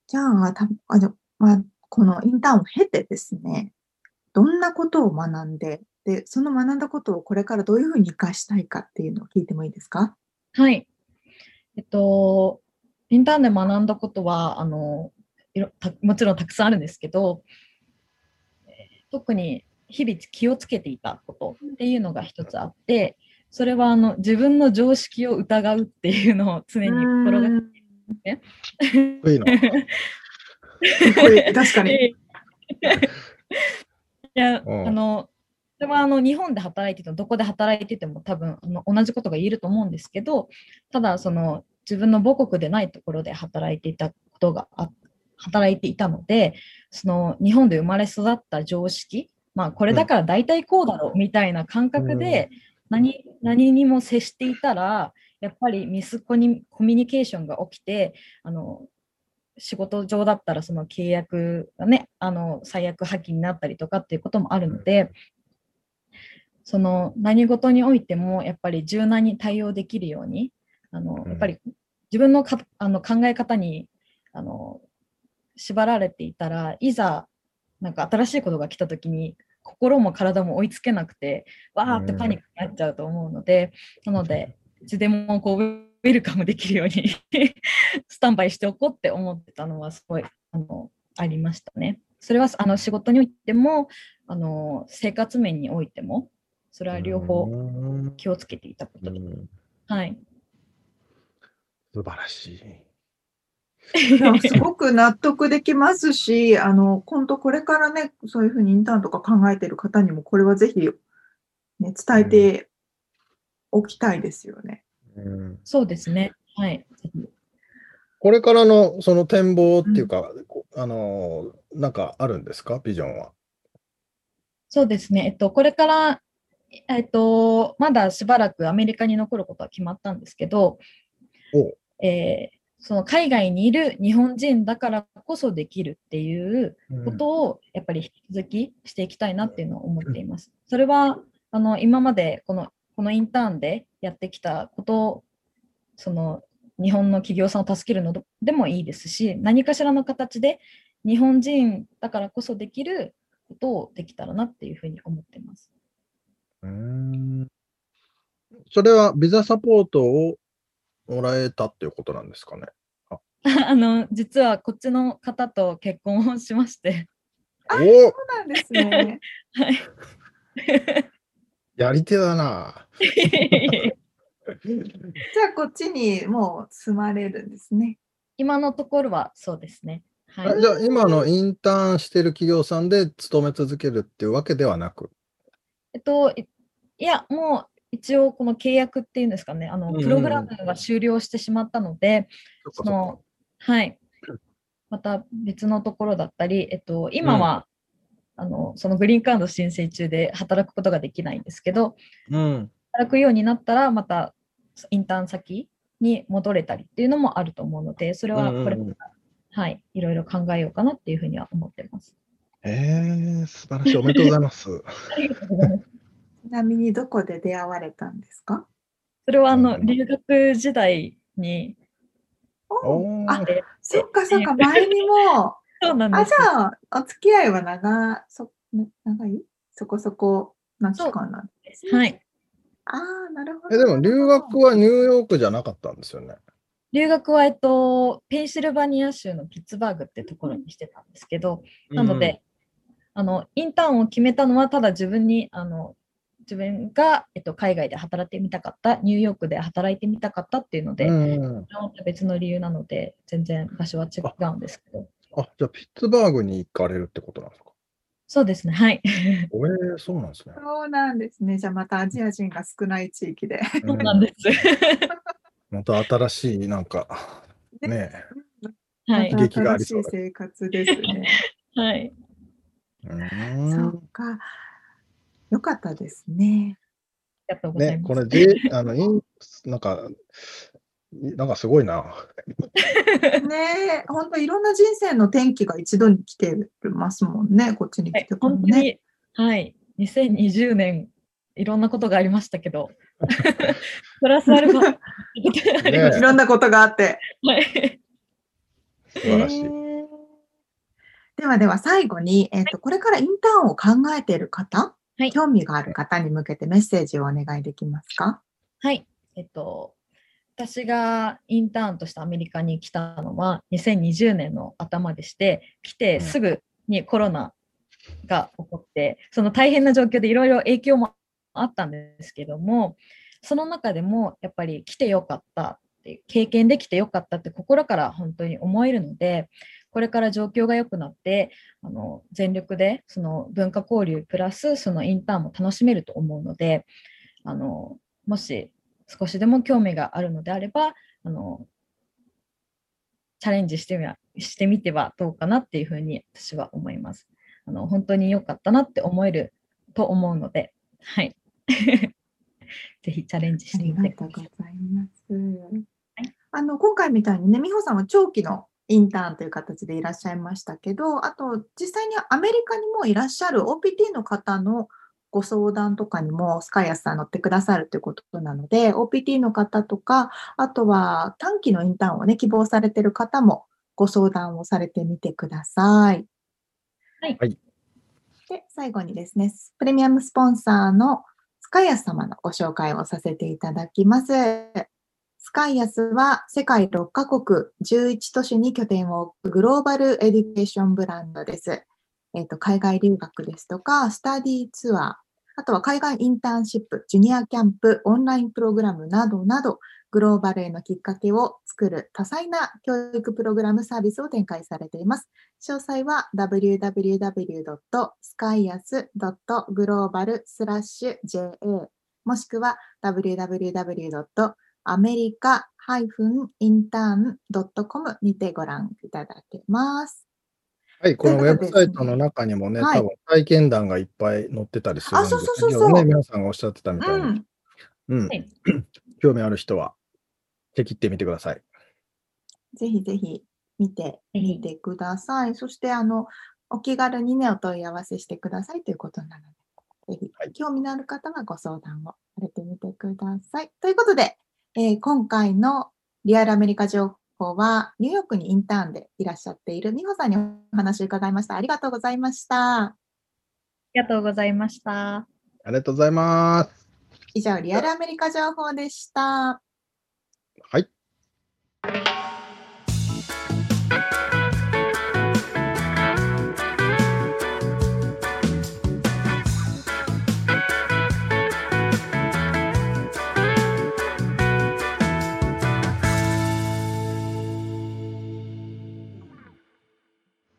D: じゃあ、たあのまあ、このインターンを経てですね、どんなことを学んで、で、その学んだことをこれからどういうふうに活かしたいかっていうのを聞いてもいいですか
G: はい。えっと、インターンで学んだことは、あの、いろたもちろんたくさんあるんですけど、えー特に日々気をつけていたことっていうのが一つあって、それはあの自分の常識を疑うっていうのを常に心がけ
I: いいな。
D: これ確かに。
G: て、 いや、
C: うん
G: あの、それはあの日本で働いてても、どこで働いてても多分あの同じことが言えると思うんですけど、ただその自分の母国でないところで働いていたことがあ働いていたので、その日本で生まれ育った常識、まあこれだから大体こうだろうみたいな感覚で何、何にも接していたら、やっぱりミスコにコミュニケーションが起きて、あの仕事上だったらその契約がね、あの最悪破棄になったりとかっていうこともあるので、その何事においてもやっぱり柔軟に対応できるようにあの
C: うん
G: やっぱり自分のかあの考え方にあの縛られていたらいざなんか新しいことが来た時に心も体も追いつけなくてわーってパニックになっちゃうと思うので、なのでいつでもこうウェルカムできるように スタンバイしておこうって思ってたのはすごいあのありましたね。それはあの仕事においてもあの生活面においてもそれは両方
C: うん
G: 気をつけていたことで、はい。
C: 素晴らしい。
D: いやすごく納得できますし、あの、今度これからね、そういうふうにインターンとか考えてる方にも、これはぜひ、ね、伝えておきたいですよね。
C: うん
G: そうですね。はい。
C: これからのその展望っていうか、こあのー、なんかあるんですか、ビジョンは。
G: そうですね。えっと、これから、えっと、まだしばらくアメリカに残ることは決まったんですけど、
C: お
G: えーその海外にいる日本人だからこそできるっていうことをやっぱり引き続きしていきたいなっていうのを思っています。それはあの今までこのこのインターンでやってきたことをその日本の企業さんを助けるのでもいいですし何かしらの形で日本人だからこそできることをできたらなっていうふうに思っています。
C: うんそれはビザサポートをもらえたっていうことなんですかね。
G: あの実はこっちの方と結婚をしま して、
D: あ
C: お
D: そうなんですね。
G: はい、
C: やり手だな。
D: じゃあ、こっちにもう住まれるんですね。
G: 今のところはそうですね。は
C: あ
G: い、
C: じゃあ、今のインターンしてる企業さんで勤め続けるっていうわけではなく。
G: えっと、いいや、もう一応この契約っていうんですかね、あ
C: うん
G: の
C: うんうん
G: プログラムが終了してしまったので、
C: そっかそ
G: そ
C: っか
G: の、はい、また別のところだったり、えっと、今は、あのそのグリーンカード申請中で働くことができないんですけど、
C: うん。
G: 働くようになったら、またインターン先に戻れたりっていうのもあると思うので、それはこれから、
C: うんうんうん
G: はい、いろいろ考えようかなっていうふうには思ってます。
C: えー、素晴らしい。おめでとうございます。
G: ありがとうございます。
D: ちなみに、どこで出会われたんですか
G: それはあの、
C: うん
G: 留学時代に、
D: お
C: お
D: あ
C: ー
D: そっかそっか、前にも。
G: そうなん
D: あ、
G: で
D: じ
G: す。
D: ゃあ、お付き合いは長、そ、な長いそこそこな期間なんですね。
G: はい。
D: ああ、なるほど。
C: えでも、留学はニューヨークじゃなかったんですよね。
G: 留学は、えっと、ペンシルバニア州のピッツバーグってところにしてたんですけど、なので、あの、インターンを決めたのは、ただ自分に、あの、自分が、えっと、海外で働いてみたかった、ニューヨークで働いてみたかったっていうので、
C: うん。
G: 別の理由なので、全然場所は違うんですけど。
C: あ、じゃあ、ピッツバーグに行かれるってことなんですか。
G: そうですね、はい。
C: おえー、そうなん ですね。
D: そうなんですね。じゃあまたアジア人が少ない地域で。
C: うん
G: そうなんです。
C: また新しい、なんか、 ね
G: はい。
C: 激が
D: 新
C: あり
D: し
C: そう
D: い
C: だ
D: 生活ですね。
G: はい。
C: え。
D: そううんか。よかったですね。
G: ありがとうござい
C: ね、
G: ま
C: こ
G: す。
C: れ、で、あの、イン、なんか、なんかすごいな。
D: ねえ、本当いろんな人生の転機が一度に来てますもんね。こっちに
G: は
D: 来
G: い
D: てから
G: 本当
D: ね。
G: に、はい。2020年、いろんなことがありましたけど、 プラスアルファ、あ りまし
D: いろんなことがあって。
G: たはい。
C: 素晴らしい。
D: えーではでは最後に、えっとこれからインターンを考えている方、
G: はい
D: 興味がある方に向けてメッセージをお願いできますか
G: はい。えっと、私がインターンとしてアメリカに来たのは2020年の頭でして、来てすぐにコロナが起こって、その大変な状況でいろいろ影響もあったんですけども、その中でもやっぱり来てよかったって、経験できてよかったって心から本当に思えるので、これから状況が良くなって、あの全力でその文化交流プラスそのインターンも楽しめると思うので、あのもし少しでも興味があるのであれば、あのチャレンジしてみはしてみてはどうかなっていうふうに私は思います。あの本当に良かったなって思えると思うので、はい。 ぜひチャレンジ
D: あ
G: して
D: り
G: み
D: が
G: て
D: とう
G: くだ
D: ござ
G: さい。
D: います。あの今回みたいにね、美穂さんは長期のインターンという形でいらっしゃいましたけど、あと実際にアメリカにもいらっしゃる OPT の方のご相談とかにもスカイアスさん乗ってくださるということなので、OPT の方とか、あとは短期のインターンをね、希望されてる方もご相談をされてみてください。
G: はい
C: はい
D: で、最後にですね、プレミアムスポンサーのスカイアス様のご紹介をさせていただきます。スカイアスは世界6カ国11都市に拠点を置くグローバルエデュケーションブランドです。えっと海外留学ですとか、スタディツアー、あとは海外インターンシップ、ジュニアキャンプ、オンラインプログラムなどなど、グローバルへのきっかけを作る多彩な教育プログラムサービスを展開されています。詳細は www.skyas.global スラッシュ JA もしくは www.america-intern.com にてご覧いただけます。
C: はい、このウ
D: という
C: ェ
D: こと
C: ブ
D: で
C: サイトの中にもね、
D: はい
C: 多分体験談がいっぱい載ってたりするん
D: あ
C: で
D: そうそう
C: す
D: そう
C: け
D: そう
C: どね、皆さんがおっしゃってたみたいに。
D: うん、
C: う ん
G: はい
C: 興味ある人は、チェキってみてください。
D: ぜひぜひ見て
G: ぜひ
D: みてください。そしてあのお気軽にねお問い合わせしてくださいということなので、ぜ
C: は
D: ひ興味のある方はご相談をされてみてください。ということで、えー今回のリアルアメリカ情報はニューヨークにインターンでいらっしゃっている美穂さんにお話を伺いました。ありがとうございました。
G: ありがとうございました。
C: ありがとうございます。
D: 以上リアルアメリカ情報でした。
C: はい。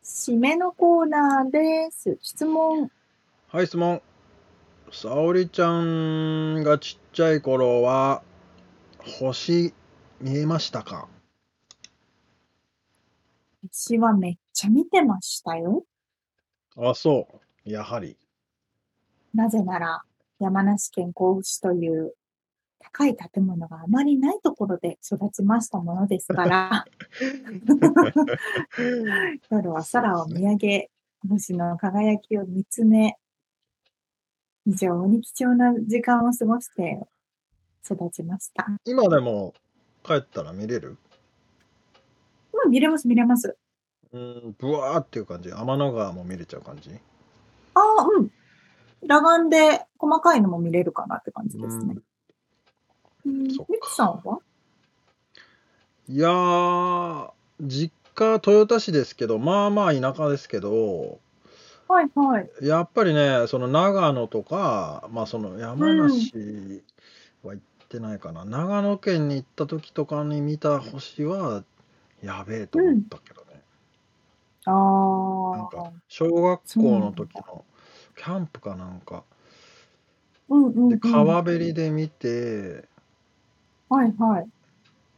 D: 締めのコーナーです。質問。
J: はい、質問。沙織ちゃんがちっちゃい頃は、星見えましたか
K: 私はめっちゃ見てましたよ。
J: あ、そう。やはり。
K: なぜなら、山梨県甲府市という高い建物があまりないところで育ちましたものです から、夜は空を見上げ、星の輝きを見つめ、非常に貴重な時間を過ごして育ちました。
J: 今でも帰ったら見れる
K: うん、見れます、見れます。
J: うん、ブワーっていう感じ。天の川も見れちゃう感じ。
K: ああ、うん。裸眼で細かいのも見れるかなって感じですね。うん、ミ
J: そっか
K: クさんはい
J: やー、実家、豊田市ですけど、まあまあ田舎ですけど、
D: はいはい。
C: やっぱりね、その長野とか、まあ、その山梨は行ってないかな、長野県に行った時とかに見た星は、やべえと思ったけどね、なん
D: ああ
C: か。小学校の時のキャンプかなんか、
D: うんうん、う
C: で
D: ん。
C: 川べりで見て、
D: はいはい。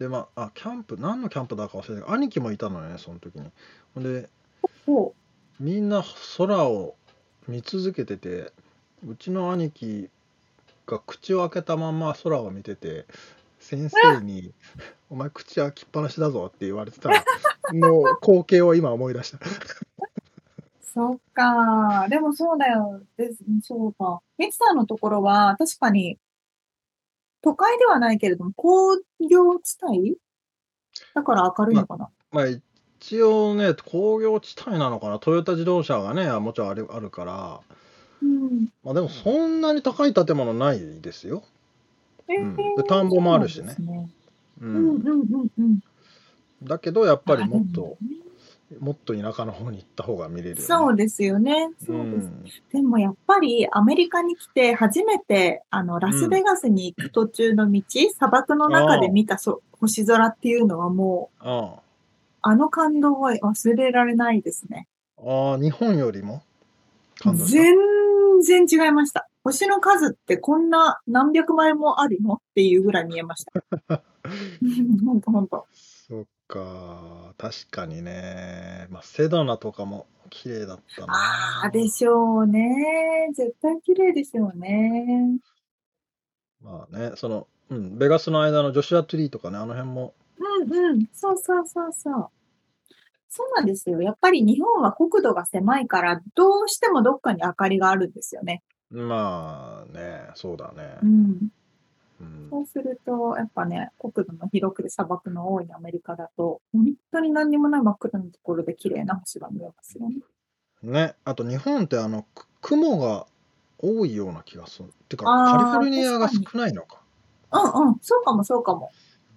C: でまあ、あキャンプ、何のキャンプだか忘れて兄貴もいたのね、その時に。ほんで、
D: お
C: みんな空を見続けててうちの兄貴が口を開けたまんま空を見てて先 生に「お前口開きっぱなしだぞ」って言われてたのの光景を今思い出した
D: そっか。でもそうだよ。ですそうか。ミツさんのところは、確かに、都会ではないけれども、工業地帯だから明るいのかな。
C: まあ一応ね工業地帯なのかなトヨタ自動車がねもちろんあるあるから
D: うん。
C: まあでもそんなに高い建物ないですよ、
D: え
C: うんで田んぼもあるしね
D: そうなんですね
C: う
D: うん
C: ん、
D: うんうんうん。
C: だけどやっぱりもっ
D: あ
C: ともっと田舎の方に行った方が見れるよ、
D: でもねそ
C: ね、
D: うですよね。そうです。
C: ん
D: でもやっぱりアメリカに来て初めてあのラスベガスに行く途中の道、砂漠の中で見たそ星空っていうのはもう
C: ああ
D: あの感動は忘れられないですね。
C: ああ、日本よりも感動した。
D: 全然違いました。星の数ってこんな何百倍もあるのっていうぐらい見えました。 本当本当。
C: そっか、確かにね。まあ、セドナとかも綺麗だった
D: あ
C: な。
D: あ、でしょうね。絶対綺麗ですよね。
C: まあね、その、うん、ベガスの間のジョシュア・トゥリーとかね、あの辺も、
D: うんうん、そうそうそうそう。そうなんですよ。やっぱり日本は国土が狭いから、どうしてもどっかに明かりがあるんですよね。
C: まあね、そうだね。
D: うん。
C: うん
D: そうすると、やっぱね、国土の広くて砂漠の多いアメリカだと、本当に何にもない真っ暗なところで綺麗な星が見えますよね。
C: ね、あと日本ってあの、く雲が多いような気がする。てか、
D: あー
C: カリフォルニアが少
D: 確
C: ないのか。
D: うんうん、そうかもそうかも。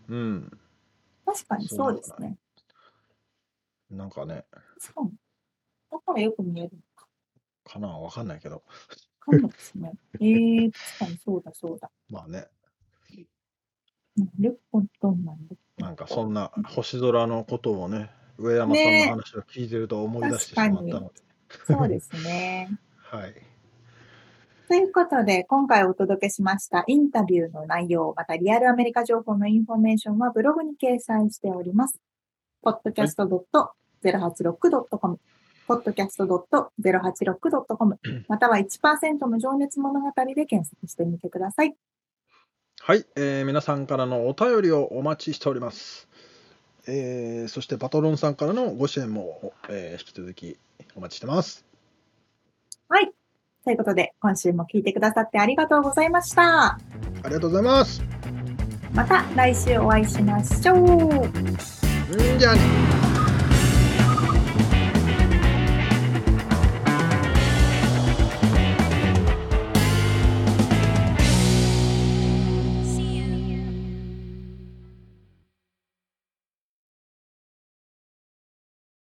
C: うん。
D: 確かにそうですね。
C: なんかね、
D: 確かに。だからよく見えるのか。
C: かな、わかんないけど。
D: かもです ね。ええ確かにそうだそうだ。
C: まあね、
D: なんでこんどんなんで。
C: なんかそんな星空のことをね、上山さんの話を聞いてると思い出してしまったので、
D: ねそうですね。
C: はい。
D: ということで、今回お届けしましたインタビューの内容、またリアルアメリカ情報のインフォメーションはブログに掲載しております。podcast.086.com、podcast.086.com、または1%の情熱物語で検索してみてください。
C: はい、えー皆さんからのお便りをお待ちしております。えーそしてパトロンさんからのご支援も、えー引き続きお待ちしてます。
D: はい。ということで、今週も聞いてくださってありがとうございました。
C: ありがとうございます。
D: また来週お会いしましょう。
C: うんじゃあね。